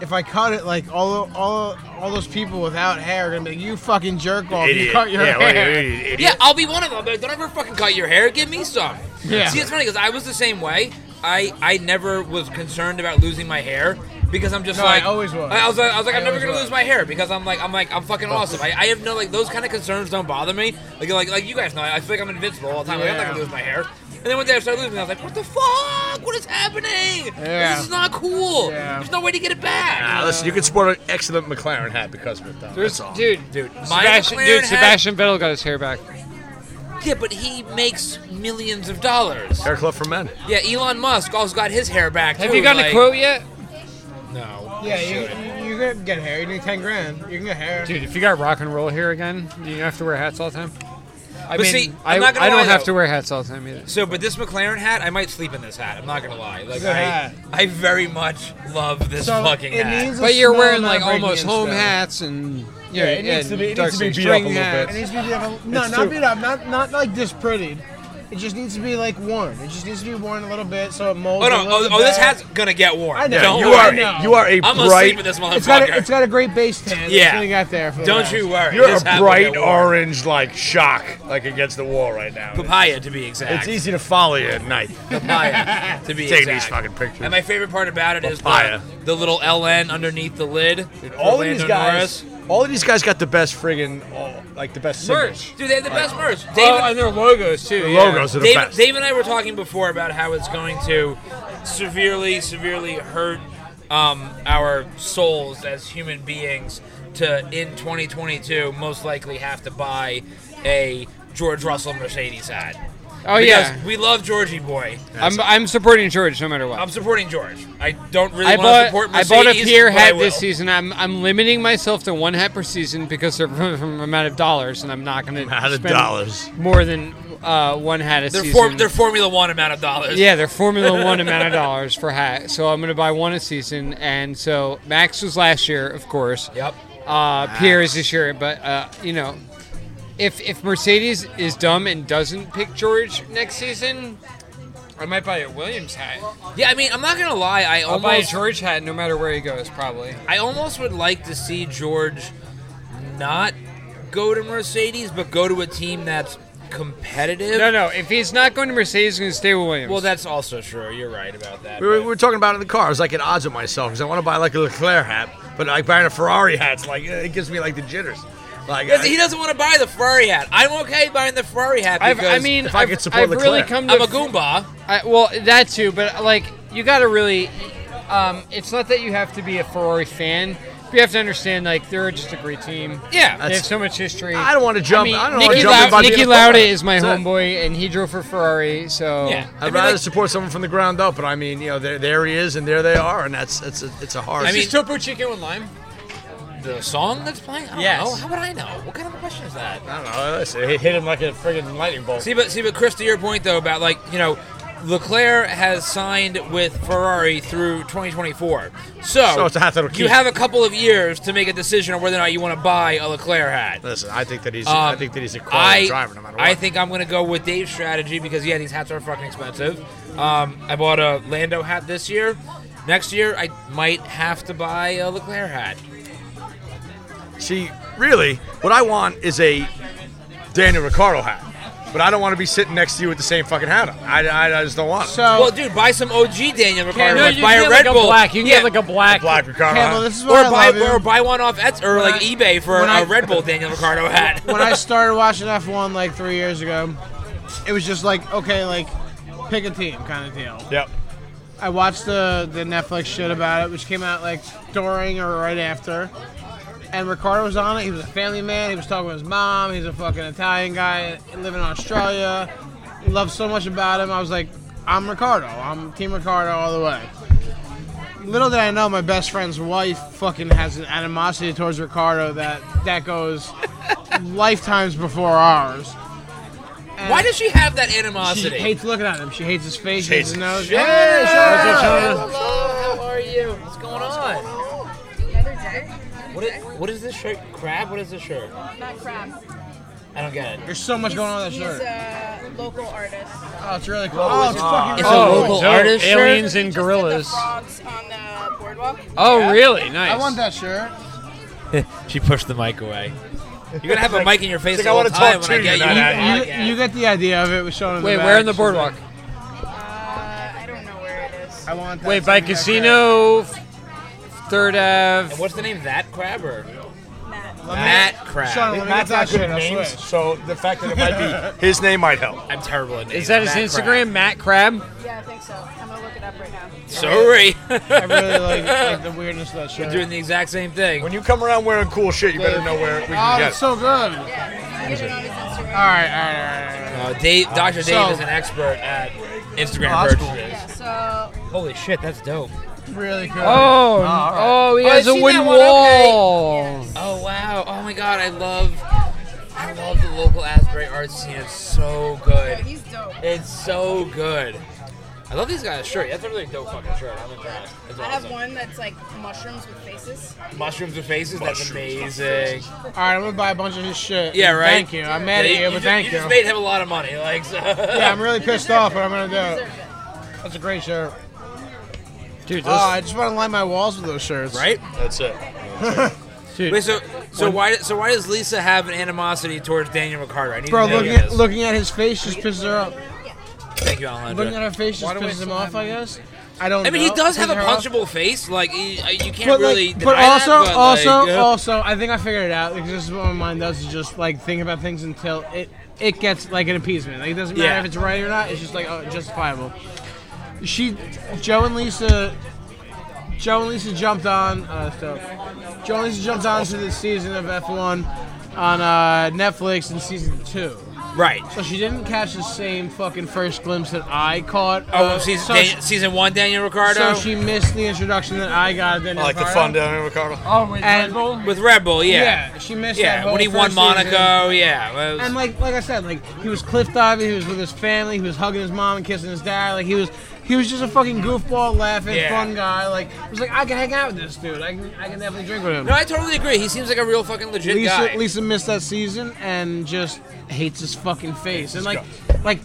S4: if I cut it, like all all all those people without hair are gonna be like, you fucking jerk off.
S3: Idiot.
S4: You cut your
S3: yeah, what are
S4: hair.
S3: you, idiot? idiot.
S2: Yeah, I'll be one of them. But don't ever fucking cut your hair. Give me some.
S4: Yeah.
S2: See, it's funny because I was the same way. I I never was concerned about losing my hair because I'm just
S4: No, I
S2: like
S4: always was.
S2: I was like, I was like
S4: I
S2: I'm never
S4: always
S2: gonna
S4: was.
S2: lose my hair because I'm like I'm like I'm fucking awesome. I, I have no like those kind of concerns don't bother me. Like like like you guys know, I feel like I'm invincible all the time. Like, I'm not
S4: Yeah.
S2: gonna lose my hair. And then one day I started losing, it, I was like, what the fuck? What is happening?
S4: Yeah.
S2: This is not cool.
S4: Yeah.
S2: There's no way to get it back.
S3: Ah, listen, you can sport an excellent McLaren hat because of it, though.
S1: There's,
S3: That's all.
S1: dude,
S2: Dude, my
S1: Sebastian,
S2: McLaren
S1: dude,
S2: had-
S1: Sebastian Vettel got his hair back.
S2: Yeah, but he makes millions of dollars.
S3: Hair club for men.
S2: Yeah, Elon Musk also got his hair back.
S1: Have
S2: too,
S1: you gotten
S2: like-
S1: a quote yet,
S2: No.
S4: Yeah, you, you, you can get hair. You need ten grand. You can get hair.
S1: dude? If you got rock and roll hair again, do you have to wear hats all the time? I
S2: But
S1: mean,
S2: see,
S1: I,
S2: I'm not gonna
S1: I don't
S2: lie,
S1: have
S2: though.
S1: to wear hats all the time either.
S2: So, but this McLaren hat, I might sleep in this hat. I'm not gonna lie. Like,
S4: Good
S2: I,
S4: hat.
S2: I very much love this
S4: So,
S2: fucking
S4: it
S2: hat.
S4: needs a
S1: But you're
S4: small
S1: wearing like
S4: amount of
S1: almost
S4: breaking
S1: home
S4: stuff.
S1: hats and yeah,
S4: it needs to be- it
S1: dark
S3: needs to be
S1: string
S3: beat up a little
S1: hats.
S4: It needs to be beat up. No,
S3: It's
S4: not
S3: too-
S4: beat up. Not not like disprettied. It just needs to be like worn. It just needs to be worn a little bit so it
S2: oh
S4: molds. a
S2: no!
S4: little
S2: Oh,
S4: bit
S2: oh, this
S4: better.
S2: hat's gonna get worn.
S4: I know.
S2: Don't
S3: you
S4: I
S3: are
S2: worry.
S4: know.
S3: you are a
S2: I'm gonna
S3: bright
S2: sleep in this
S4: It's got a,
S2: motherfucker.
S4: it's got a great base tan.
S2: Yeah.
S4: That's what he got there. For the
S2: Don't
S4: rest.
S2: you worry.
S3: you're
S2: this
S3: a
S2: hat will
S3: bright
S2: get worn.
S3: orange like shock like against the wall right now.
S2: papaya, to be exact.
S3: It's easy to follow you at night.
S2: papaya, to be exact.
S3: Taking these fucking pictures.
S2: And my favorite part about it is
S3: Papaya.
S2: the, the little LN underneath the lid.
S3: all
S2: for
S3: these
S2: Lando
S3: guys-
S2: Norris.
S3: All of these guys got the best friggin' oh, like the best singers.
S2: merch, dude. They have the best merch. David,
S1: Oh,
S3: uh,
S1: and their logos too.
S3: The
S1: yeah. Oh,
S3: logos are the
S2: Dave,
S3: best.
S2: Dave and I were talking before about how it's going to severely, severely hurt um, our souls as human beings to, in 2022, most likely have to buy a George Russell Mercedes hat.
S1: Oh
S2: Because
S1: yeah.
S2: we love Georgie boy.
S1: I'm, I'm supporting George no matter what.
S2: I'm supporting George. I don't really
S1: I
S2: want to
S1: bought
S2: support
S1: I
S2: Mercedes.
S1: bought a pier
S2: but I
S1: hat
S2: will.
S1: this season. I'm I'm limiting myself to one hat per season because they're from, from amount of dollars, and I'm not going to
S3: Amount of dollars.
S1: more than uh, one hat a
S2: They're,
S1: season.
S2: for, they're Formula One amount of dollars.
S1: yeah, they're Formula One amount of dollars for hat. So I'm going to buy one a season, and so Max was last year, of course.
S2: Yep.
S1: Uh, Pierre is this year, but uh, you know, if if Mercedes is dumb and doesn't pick George next season, I might buy a Williams hat.
S2: Yeah, I mean, I'm not going to lie. I
S1: I'll buy a
S2: almost,
S1: George hat no matter where he goes, probably.
S2: I almost would like to see George not go to Mercedes, but go to a team that's competitive.
S1: No, no. If he's not going to Mercedes, he's going to stay with Williams.
S2: Well, that's also true. You're right about that.
S3: We were,
S2: but-
S3: we were talking about it in the car. I was like at odds with myself because I want to buy like a Leclerc hat, but like buying a Ferrari hat's like eh, it gives me like the jitters. Like
S2: Because
S3: I-
S2: he doesn't want to buy the Ferrari hat. I'm okay buying the Ferrari hat
S1: I've,
S2: because
S1: I mean,
S3: if I
S1: I've-
S3: could support
S1: I've really
S3: Leclerc.
S1: come to
S2: I'm a Goomba.
S1: I, well, that too, but like you got to really. Um, it's not that you have to be a Ferrari fan. But you have to understand, like they're just a great team.
S2: Yeah.
S1: they
S3: That's-
S1: have so much history.
S3: I don't wanna jump-
S1: I, mean,
S3: I don't wanna
S1: Nicky,
S3: jump in by being
S1: Nicky
S3: a
S1: Lauda
S3: Ferrari.
S1: is my
S3: That's it.
S1: homeboy, and he drove for Ferrari. So
S2: Yeah.
S3: I'd
S2: I mean,
S3: rather
S2: like-
S3: support someone from the ground up, but I mean, you know, there, there he is, and there they are, and that's it's a, it's a hard.
S2: I mean-
S1: Topo Chico and Lime.
S2: The song that's playing? I don't
S1: Yes.
S2: know. How would I know? What kind of a question is that?
S3: I don't know. Listen, it hit him like a friggin' lightning bolt.
S2: See, but see, but Chris, to your point though about like you know, Leclerc has signed with Ferrari through 2024, so,
S3: So it's a hat that'll
S2: you
S3: keep.
S2: have a couple of years to make a decision on whether or not you want to buy a Leclerc hat.
S3: Listen, I think that he's I
S2: Um,
S3: think that he's a quality driver no matter what.
S2: I think I'm gonna go with Dave's strategy because yeah, these hats are fucking expensive. Um, I bought a Lando hat this year. Next year, I might have to buy a Leclerc hat.
S3: See, really, what I want is a Daniel Ricciardo hat, but I don't want to be sitting next to you with the same fucking hat on. I, I, I just don't want it.
S4: So,
S2: Well, dude, buy some OG Daniel Ricciardo.
S1: no,
S2: like,
S1: you
S2: buy
S1: can
S2: a
S1: get
S2: Red
S1: like
S2: Bull.
S1: a black. You can
S2: yeah.
S1: get like a black.
S3: black Ricciardo.
S4: Campbell,
S3: hat.
S4: this is
S2: or
S4: what I
S2: buy
S4: love you.
S2: or buy one off Etsy or like
S4: I-
S2: eBay for a
S4: when I-
S2: Red Bull Daniel Ricardo hat.
S4: when I started watching F1 like three years ago, it was just like, okay, like, pick a team kind of deal.
S3: Yep.
S4: I watched the, the Netflix shit about it, which came out like during or right after. And Ricardo was on it. He was a family man. He was talking with his mom. He's a fucking Italian guy living in Australia. Loved so much about him. I was like, I'm Ricardo. I'm Team Ricardo all the way. Little did I know, my best friend's wife fucking has an animosity towards Ricardo that that goes lifetimes before ours. And
S2: Why does she have that
S4: she
S2: animosity?
S4: hates looking at him? She hates his face. She
S3: Hates
S4: hates his
S3: his
S4: nose.
S3: shit.
S4: Yeah, sure, sure, sure.
S2: Hello, how are you? What's going on?
S5: Another day?
S2: What is, what is this shirt? Crab? What is this shirt?
S5: Not crab.
S2: I don't get it.
S4: There's so much going on with that
S5: he's
S4: shirt.
S5: a local artist.
S4: oh, it's really cool. Oh, it's fucking
S2: It's
S4: really
S2: a
S4: cool.
S2: local artist shirt?
S1: aliens and
S5: Just did
S1: gorillas.
S5: The frogs on the boardwalk. Uh,
S1: Oh,
S2: Yeah.
S1: really? Nice.
S4: I want that shirt.
S2: she pushed the mic away. You're gonna have a mic in your face
S3: It's like,
S2: the
S3: I
S2: whole
S3: wanna
S2: time when
S3: talk to
S2: I
S3: you,
S2: get you.
S3: not
S2: on
S3: at
S2: the
S4: You,
S2: podcast.
S4: you get the idea of it. We're showing.
S1: Wait,
S4: the
S1: where
S4: back.
S1: in the
S4: She's
S1: boardwalk?
S4: like,
S5: Uh, I don't know where it is.
S4: I want. That
S1: Wait, by
S4: same haircut.
S1: Casino, Third Ave.
S2: And what's the name? of That crab or
S5: Matt.
S4: Let me-
S2: that crab?
S4: Sean, let me get that shirt. I switch.
S3: so the fact that it might be his name might help.
S2: I'm terrible at names.
S1: Is that his
S2: Matt
S1: Instagram, Matt Crab?
S5: Yeah, I think so. I'm gonna look it up right now.
S2: Crab. Sorry,
S4: I really like, like the weirdness of that shirt.
S2: doing the exact same thing.
S3: When you come around wearing cool shit, you better know where we can
S4: Oh,
S3: get
S4: it's
S3: it.
S4: so good. All right,
S5: Yeah, get it on his Instagram.
S4: all right, all right.
S2: Uh, Dave, Dr. Dave
S4: So-
S2: is an expert at Instagram
S3: Oh, that's cool.
S2: purchases.
S5: Yeah, so
S2: Holy shit, that's dope.
S4: Really good.
S1: Oh,
S4: right.
S1: oh, he
S2: Oh,
S1: has
S2: I
S1: a
S2: see
S1: wooden
S2: that one, okay.
S1: wall.
S2: Oh wow! Oh my god, I love, I love the local Asbury art scene. It's so
S5: yeah,
S2: good.
S5: he's dope.
S2: It's so good. I love these guys' shirt. That's a really dope fucking shirt. I'm impressed. It's
S5: I have
S2: awesome.
S5: one that's like mushrooms with faces.
S2: Mushrooms with faces. That's amazing.
S4: All right, I'm gonna buy a bunch of his shit.
S2: oh. Yeah, right.
S4: Thank you. I'm mad
S2: Yeah,
S4: at you, but
S2: just,
S4: thank
S2: you
S4: you.
S2: just made him a lot of money. Like, so.
S4: yeah, I'm really pissed off, but I'm gonna do it.
S5: Deserve it.
S4: That's a great shirt.
S1: Dude,
S4: Oh, I just want to line my walls with those shirts.
S2: right.
S3: That's it.
S2: Wait, so so why so why does Lisa have an animosity towards Daniel Ricardo? I need
S4: Bro,
S2: to know
S4: looking
S2: this.
S4: at, looking at his face just pisses her up.
S2: Thank you, Alejandro.
S4: Looking at her face just
S3: Why do I
S4: pisses him
S3: still
S4: off,
S3: have
S4: I guess. I don't.
S2: I mean, he
S4: know.
S2: does have a
S4: These are all-
S2: punchable face. Like he, uh, you can't
S4: But, like,
S2: really.
S4: but
S2: deny that,
S4: also,
S2: but,
S4: also,
S2: like, uh,
S4: also, I think I figured it out because this is what my mind does: is just like think about things until it it gets like an appeasement. Like it doesn't matter
S2: Yeah.
S4: if it's right or not; it's just like oh, justifiable. She, Joe and Lisa, Joe and Lisa jumped on. Uh, so, Joe and Lisa jumped on to the season of F1 on uh, Netflix in season two.
S2: right.
S4: So she didn't catch the same fucking first glimpse that I caught.
S2: Oh,
S4: uh,
S2: season,
S4: so,
S2: Dan- season one, Daniel Ricardo
S4: so she missed the introduction that I got. Then
S2: Oh,
S3: I like the fun down there, Ricardo.
S6: Oh, with Red
S4: And-
S6: Bull?
S2: with Red Bull. Yeah,
S4: Yeah, she missed.
S2: yeah.
S4: that whole
S2: when he won
S4: first season.
S2: Monaco, yeah. well, it was-
S4: And like, like I said, like he was cliff diving. He was with his family. He was hugging his mom and kissing his dad. Like he was, he was just a fucking goofball, laughing,
S2: Yeah.
S4: fun guy. Like I was like, I can hang out with this dude. I can, I can definitely drink with him.
S2: no, I totally agree. He seems like a real fucking legit
S4: Lisa,
S2: guy.
S4: Lisa missed that season and just hates his fucking face. And like, like.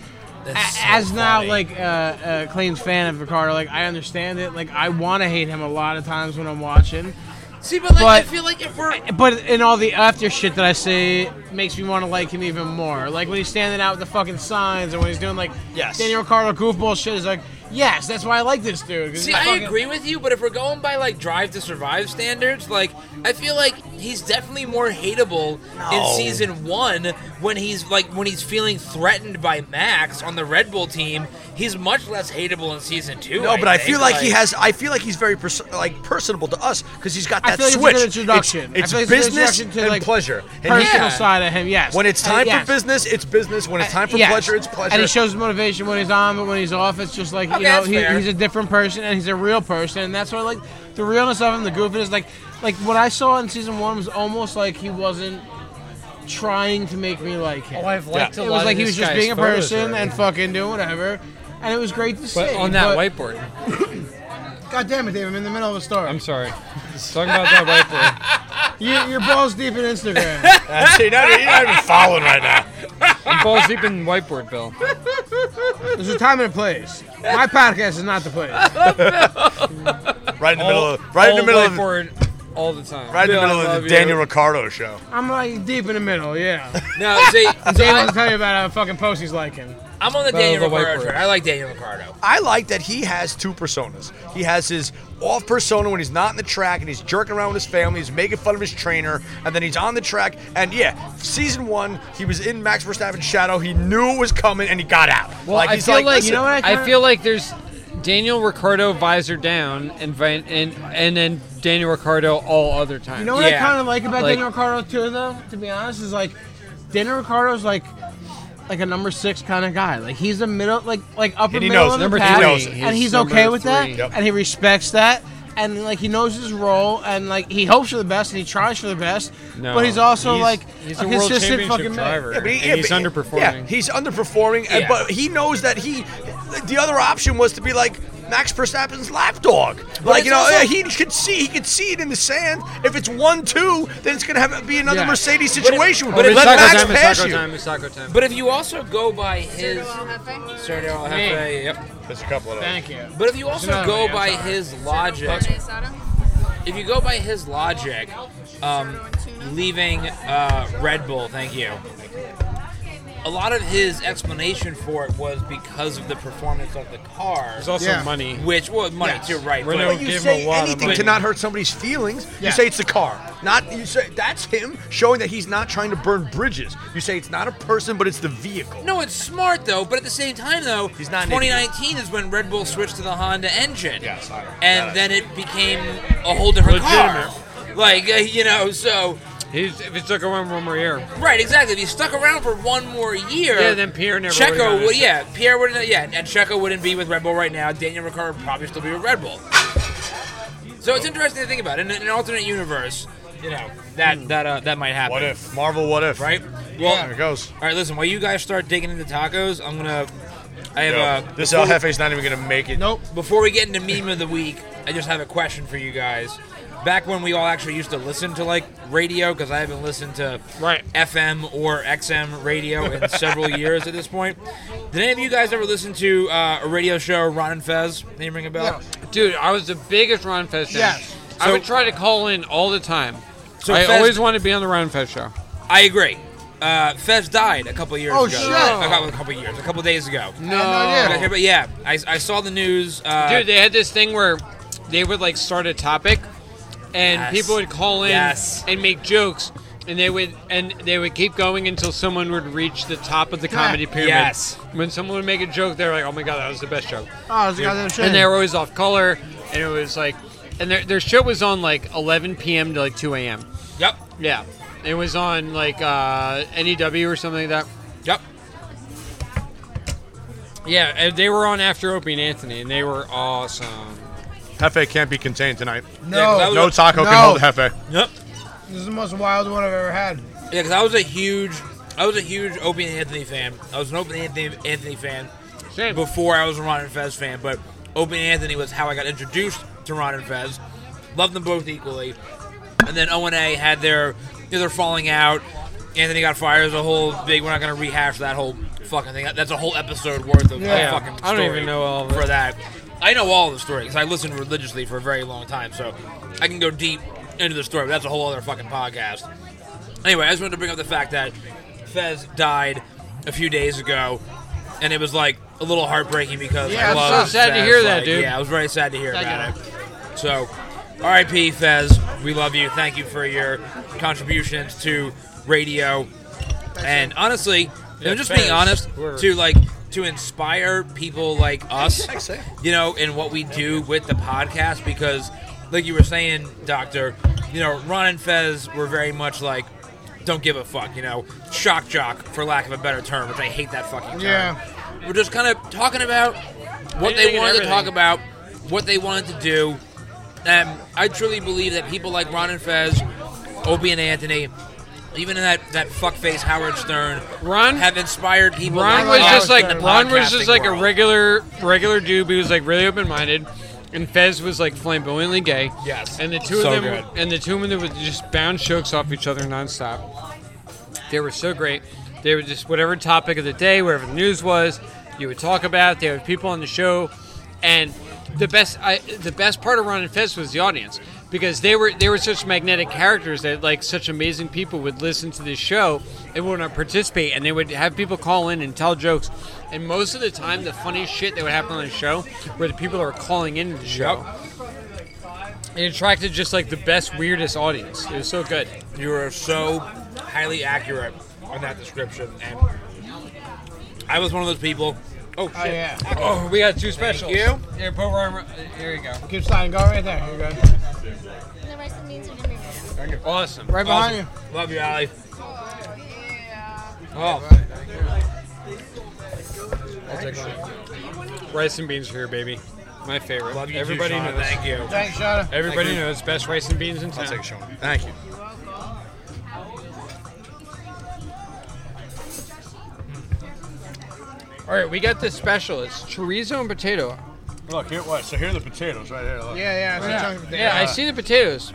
S4: a-
S2: That's so
S4: As now,
S2: funny.
S4: like uh, uh, Clayton's fan of Ricardo, like I understand it. Like I want to hate him a lot of times when I'm watching,
S2: See, but like I
S4: but-
S2: feel like if we're
S4: But in all the after shit that I see, makes me want to like him even more. Like when he's standing out with the fucking signs, and when he's doing like
S3: Yes.
S4: Daniel Ricardo goofball shit, is like, yes, that's why I like this dude. 'cause
S2: See,
S4: he's
S2: I
S4: fucking-
S2: agree with you, but if we're going by like Drive to Survive standards, like I feel like he's definitely more hateable in season one when he's like when he's feeling threatened by Max on the Red Bull team. He's much less hateable in season two.
S3: No, but I
S2: think.
S3: feel like, he has. I feel like he's very pers- like personable to us because he's got
S4: I
S3: that
S4: feel like
S3: switch.
S4: it's a good introduction. I
S3: It's,
S4: feel like
S3: it's
S4: it's a good
S3: business
S4: introduction to,
S3: and
S4: like,
S3: pleasure. And he-
S4: Personal
S2: yeah.
S4: side of him, yes.
S3: when it's
S4: Uh,
S3: time
S4: yes.
S3: for business, it's business. When it's time for
S4: Yes.
S3: pleasure, it's pleasure.
S4: Uh, And he shows motivation when he's on, but when he's off, it's just like
S2: Okay,
S4: you know
S2: that's
S4: he,
S2: fair.
S4: he's a different person and he's a real person, and that's why like the realness of him, the goofiness, like like what I saw in season one was almost like he wasn't trying to make me like him.
S6: Oh, I've liked a
S4: it
S6: lot
S4: was
S6: of
S4: like he
S6: this
S4: was just
S6: guy's
S4: being a
S6: photos
S4: person
S6: already.
S4: and fucking doing whatever. And it was great to see.
S1: But on that whiteboard,
S4: God damn it, Dave, I'm in the middle of a story.
S1: I'm sorry. Just talking about that
S4: you, you're balls deep in Instagram.
S3: See, now you're not even following right now.
S1: whiteboard. I'm balls deep in whiteboard, Bill.
S4: There's a time and a place. My podcast is not the place.
S3: Right in the middle
S1: All-
S3: of right in the
S1: all
S3: middle of
S1: whiteboard all the time.
S3: right in the
S1: Bill,
S3: middle
S1: I
S3: of
S1: love
S3: the
S1: you.
S3: Daniel Ricardo show.
S4: I'm like deep in the middle, yeah.
S2: no. See, so
S4: Dave will
S2: I,
S4: tell you about how fucking Posey's like him.
S2: I'm on the
S1: Well,
S2: Daniel
S1: the
S2: Ricardo.
S1: whiteboard.
S2: train. I like Daniel Ricardo.
S3: I like that he has two personas. He has his off persona when he's not in the track and he's jerking around with his family, he's making fun of his trainer, and then he's on the track. And yeah, season one, he was in Max Verstappen's shadow. He knew it was coming and he got out.
S1: Well, I
S3: he's
S1: feel like,
S3: "Listen,
S4: you know what I
S1: I,
S4: kinda-
S1: feel like there's Daniel Ricardo visor down and vi- and and then Daniel Ricardo all other times.
S4: You know what I
S2: Yeah.
S4: kind of like about
S1: Like-
S4: Daniel Ricardo too, though. To be honest, is like Daniel Ricardo's like like a number six kind of guy. Like he's a middle, like like upper
S3: And he
S4: middle
S3: knows
S4: of
S3: it.
S1: Number
S4: the pack,
S3: three. He knows it.
S4: and
S1: He's
S4: he's okay
S1: number
S4: with that,
S1: three.
S3: Yep.
S4: and he respects that. And like he knows his role, and like he hopes for the best, and he tries for the best.
S1: No,
S4: but he's also
S1: he's-
S4: like
S1: he's
S4: a,
S1: a, world
S4: consistent
S1: championship
S4: fucking man.
S1: driver,
S3: Yeah, but he-
S1: and
S3: yeah,
S1: he's
S3: but-
S1: underperforming.
S3: Yeah, he's underperforming, and-
S2: Yeah.
S3: but he knows that he. The other option was to be like Max Verstappen's lapdog. Like you know,
S2: it's also-
S3: yeah, he could see he could see it in the sand. If it's one two, then it's gonna have be another
S1: Yeah.
S3: Mercedes situation.
S2: but
S3: Let
S2: it's
S1: taco
S3: Max
S1: time, Oh, it's
S3: pass
S1: taco
S3: you.
S1: time, it's taco time.
S2: But if you also go by his
S5: Well, have fun.
S2: Sergio Alhefe, yep.
S3: There's a couple of them.
S4: Thank you.
S2: But if you also
S4: another
S2: go
S4: way, I'm
S2: by
S4: sorry.
S2: his logic,
S5: Carne asada?
S2: if you go by his logic, um, leaving uh, Red Bull, thank you. A lot of his explanation for it was because of the performance of the car,
S1: There's also
S4: Yeah.
S1: money.
S2: which well, money too, right?
S1: We're
S2: but-
S1: no-
S3: You
S1: Give him
S3: say
S1: a lot of
S3: anything
S1: money.
S3: to not hurt somebody's feelings.
S4: Yeah.
S3: You say it's the car, not you say that's him showing that he's not trying to burn bridges. You say it's not a person, but it's the vehicle.
S2: no, it's smart though, but at the same time though,
S3: He's not an
S2: 2019 is when Red Bull switched to the Honda engine,
S3: Yes, I know.
S2: and
S3: That
S2: then it became a whole different car.
S1: Legitimate.
S2: Like uh, you know, so
S1: He's, if he took around one more year,
S2: Right, exactly. If he stuck around for one more year,
S1: Yeah, then Pierre never would've
S2: Checo
S1: gotten
S2: would,
S1: it.
S2: yeah, Pierre wouldn't. Yeah, and Checo wouldn't be with Red Bull right now. Daniel Ricciardo would probably still be with Red Bull. So it's interesting to think about. In, an alternate universe, you know that that uh, that might happen.
S3: What if Marvel? What if?
S2: Right. Well,
S3: There it goes.
S2: all right. Listen, while you guys start digging into tacos, I'm gonna. I have
S3: Yo,
S2: a.
S3: this El Jefe's not even gonna make it.
S4: Nope.
S2: Before we get into meme of the week, I just have a question for you guys. Back when we all actually used to listen to like radio, because I haven't listened to
S1: Right.
S2: FM or XM radio in several years at this point. Did any of you guys ever listen to uh, a radio show, Ron and Fez? Name ring a bell?
S1: dude, I was the biggest Ron Fest. fan.
S4: Yes.
S1: I would
S2: So-
S1: try to call in all the time.
S2: So
S1: I
S2: Fez-
S1: always wanted to be on the Ron Fest show.
S2: I agree. Uh, Fez died a couple years
S4: Oh,
S2: ago.
S4: shit.
S2: A couple, a couple years, a couple days ago.
S4: I
S2: Okay,
S4: had
S2: but yeah, I, I saw the news. Uh,
S1: Dude, they had this thing where they would like start a topic, and
S2: Yes.
S1: people would call in
S2: Yes.
S1: and make jokes, and they would and they would keep going until someone would reach the top of the comedy pyramid.
S2: Yes.
S1: When someone would make a joke, they're like, "Oh my god, that was the best joke,"
S4: Oh, it's a goddamn shame.
S1: and they were always off color, and it was like, and their their show was on like 11 p.m. to like 2 a.m.
S2: Yep,
S1: Yeah, it was on like uh, NEW or something like that.
S2: yep.
S1: Yeah, and they were on after Opie and Anthony, and they were awesome.
S6: Hefe can't be contained tonight.
S2: Yeah, 'cause I
S4: no,
S2: was-
S6: No taco can
S4: No.
S6: hold Hefe.
S2: Yep.
S4: this is the most wild one I've ever had.
S2: Yeah, because I was a huge, I was a huge Opie and Anthony fan. I was an Opie and Anthony, Anthony fan
S1: Same.
S2: before I was a Ron and Fez fan, but Opie and Anthony was how I got introduced to Ron and Fez. Loved them both equally, and then O and A had their their falling out. Anthony got fired. There's a whole big. We're not gonna rehash that whole fucking thing. That's a whole episode worth of
S4: Yeah.
S2: of fucking. Story
S1: I don't even know all of it.
S2: for that. I know all the story because I listened religiously for a very long time, so I can go deep into the story. But that's a whole other fucking podcast. Anyway, I just wanted to bring up the fact that Fez died a few days ago, and it was like a little heartbreaking because
S4: Yeah,
S2: I
S4: I'm
S2: love
S1: so sad to
S2: Fez,
S1: hear that,
S2: like,
S1: dude.
S2: Yeah, I was very sad to hear
S4: Sad
S2: about it. So, R.I.P. Fez, we love you. Thank you for your contributions to radio, and honestly, you know, just
S1: Fez,
S2: being honest,
S1: we're-
S2: to like to inspire people like us you know, and what we do with the podcast because, like you were saying, Doctor, you know, Ron and Fez were very much like, don't give a fuck, you know, shock jock, for lack of a better term, which I hate that fucking term.
S4: Yeah.
S2: We're just kind of talking about what
S1: Anything
S2: they
S1: and
S2: wanted to
S1: everything.
S2: talk about, what they wanted to do. And Um, I truly believe that people like Ron and Fez, Opie and Anthony, even in that, that fuckface Howard Stern,
S1: Ron-
S2: have inspired people.
S1: Ron
S4: Ron
S1: was
S2: us
S1: just like
S2: in the
S1: Ron was
S2: podcasting
S1: just like
S2: world.
S1: a regular regular dude. He was like really open minded, and Fez was like flamboyantly gay.
S2: Yes.
S1: and the two
S2: So
S1: of them
S2: good.
S1: and the two of them would just bounce jokes off each other nonstop. They were so great. They were just whatever topic of the day, wherever the news was, you would talk about. There were people on the show, and the best I, the best part of Ron and Fez was the audience because they were they were such magnetic characters that like such amazing people would listen to this show and would not participate, and they would have people call in and tell jokes. And most of the time, the funniest shit that would happen on the show were the people that were calling in to the show. It attracted just like the best, weirdest audience. It was so good.
S2: You are so highly accurate on that description, and I was one of those people. Oh shit!
S4: Oh yeah.
S1: Oh, we got two specials.
S2: you.
S1: Here, put Ryan- Here you go.
S4: Keep sliding. Go right there. Here you go.
S7: The rest of the beans are vinegar.
S1: Awesome.
S4: Right behind you.
S2: Love you, Ali. Oh,
S1: Rice and beans are here, baby. My favorite.
S2: love you. too,
S1: Everybody
S2: Sean.
S1: knows.
S2: Thank you.
S4: Thanks, Shada.
S1: Everybody
S2: Thank you.
S1: knows best rice and beans in town.
S3: Take a shot. Thank you.
S1: All right, we got this special. It's chorizo and potato.
S6: Look, here, what? So here are the potatoes right here. Look.
S4: Yeah, yeah. I see chunks of potato.
S1: Yeah, I see the potatoes,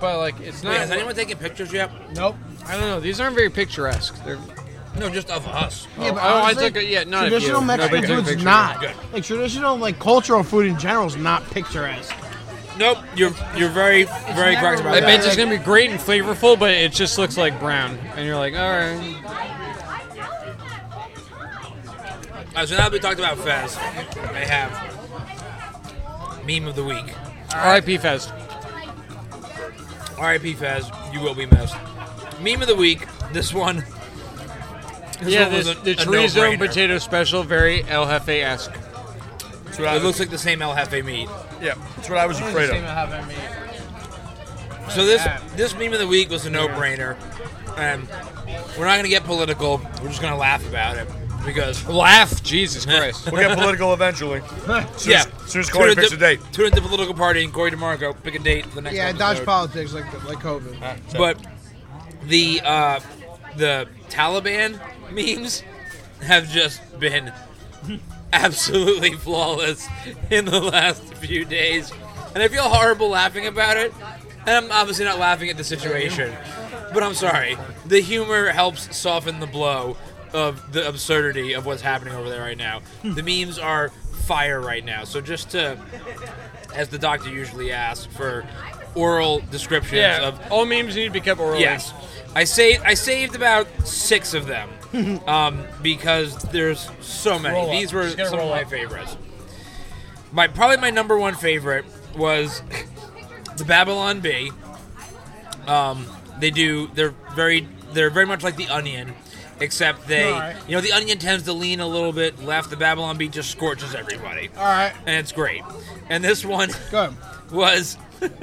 S1: but like it's
S2: Wait,
S1: not.
S2: Uh, is anyone taking pictures yet?
S4: Nope.
S1: I don't know. These aren't very picturesque. They're
S2: No, just of us.
S4: Yeah,
S1: oh,
S4: but
S1: I
S4: honestly,
S1: took a- yeah, not a
S4: traditional
S1: few.
S4: Mexican
S1: Nobody took a
S4: food's
S1: picture.
S4: not
S2: Good.
S4: like traditional like cultural food in general is not picturesque.
S2: Nope, you're you're very very
S4: never
S2: correct about
S1: I
S4: really
S2: that.
S1: bet it's gonna be great and flavorful, but it just looks like brown, and you're like, all right.
S2: Alright, Uh, so now that we talked about Fez, I have meme of the week.
S1: R.I.P. Fest.
S2: R.I.P. Fez, you will be missed. Meme of the week. This one. This
S1: yeah,
S2: one was
S1: this,
S2: a-
S1: the
S2: a
S1: chorizo and
S2: no-brainer.
S1: potato special, very El Jefe esque.
S2: It looks like the same El Jefe meat.
S3: Yeah, that's what I was afraid of.
S2: So this this meme of the week was a no-brainer, and we're not gonna get political. We're just gonna laugh about it because
S1: Laugh, Jesus Christ.
S3: We'll get political eventually.
S1: E.
S3: Soon
S2: yeah,
S3: as- soon as Corey
S2: Tune
S3: picks
S2: into-
S3: a date.
S2: Tune into political party and Corey DeMarco pick a date for the next.
S4: Yeah, I
S2: episode.
S4: dodge politics like like COVID.
S2: But the uh, the Taliban memes have just been absolutely flawless in the last few days, and I feel horrible laughing about it. And I'm obviously not laughing at the situation, but I'm sorry. The humor helps soften the blow of the absurdity of what's happening over there right now. The memes are fire right now, so just to as the doctor usually asks for oral descriptions
S1: Yeah,
S2: of
S1: all memes need to be kept orally.
S2: Yes, I saved I saved about six of them um, because there's so many.
S1: Roll up.
S2: These were
S1: Just gotta
S2: some of
S1: roll
S2: my
S1: up.
S2: favorites. My probably my number one favorite was the Babylon Bee. Um, they do they're very they're very much like the Onion, except they
S4: Alright.
S2: you know the Onion tends to lean a little bit left. The Babylon Bee just scorches everybody,
S4: All right,
S2: and it's great. And this one
S4: good.
S2: was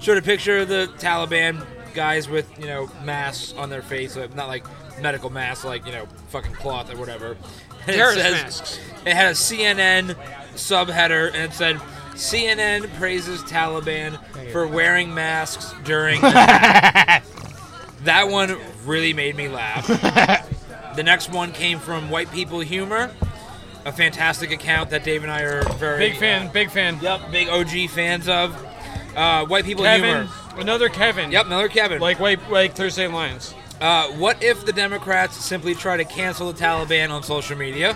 S2: showed a picture of the Taliban guys with you know masks on their face, like, not like medical masks, like you know fucking cloth or whatever. And
S1: Terrorist masks.
S2: It had a CNN subheader and it said CNN praises Taliban for wearing masks during. the attack." that one really made me laugh. the next one came from White People Humor. A fantastic account that Dave and I are very
S1: Big fan,
S2: uh,
S1: big fan.
S2: Yep, big OG fans of uh, white people
S1: Kevin,
S2: humor.
S1: another Kevin.
S2: Yep, Miller Kevin.
S1: Like wait, like Thursday Lions.
S2: uh, what if the Democrats simply try to cancel the Taliban on social media?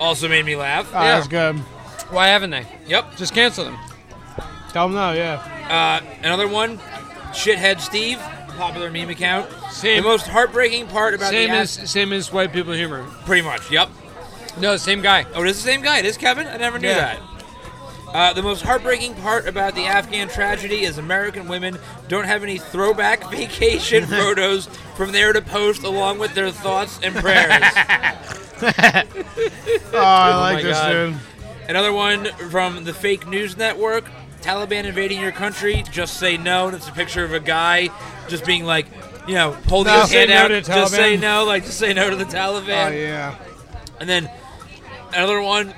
S2: also made me laugh.
S1: Uh.
S4: Oh, That's good.
S1: Why haven't they?
S2: Yep.
S1: Just cancel them.
S4: Tell them no. Yeah.
S2: Uh, another one, shithead Steve, popular meme account.
S1: Same-
S2: The most heartbreaking part about
S1: Same
S2: the
S1: as
S2: ass-
S1: same as white people humor.
S2: pretty much. Yep.
S1: No, same guy.
S2: Oh, it is the same guy. It is Kevin. I never knew
S1: Yeah.
S2: that. Uh, the most heartbreaking part about the Afghan tragedy is American women don't have any throwback vacation photos from there to post along with their thoughts and prayers.
S4: Oh, I like
S1: my
S4: this
S1: God.
S4: dude.
S2: Another one from the fake news network Taliban invading your country, just say no. And it's a picture of a guy just being like, you know, holding
S4: No.
S2: his
S4: Say
S2: hand
S4: no
S2: out.
S4: to the
S2: Just say
S4: Taliban.
S2: no, like, just say no to the Taliban.
S4: Oh yeah.
S2: And then another one.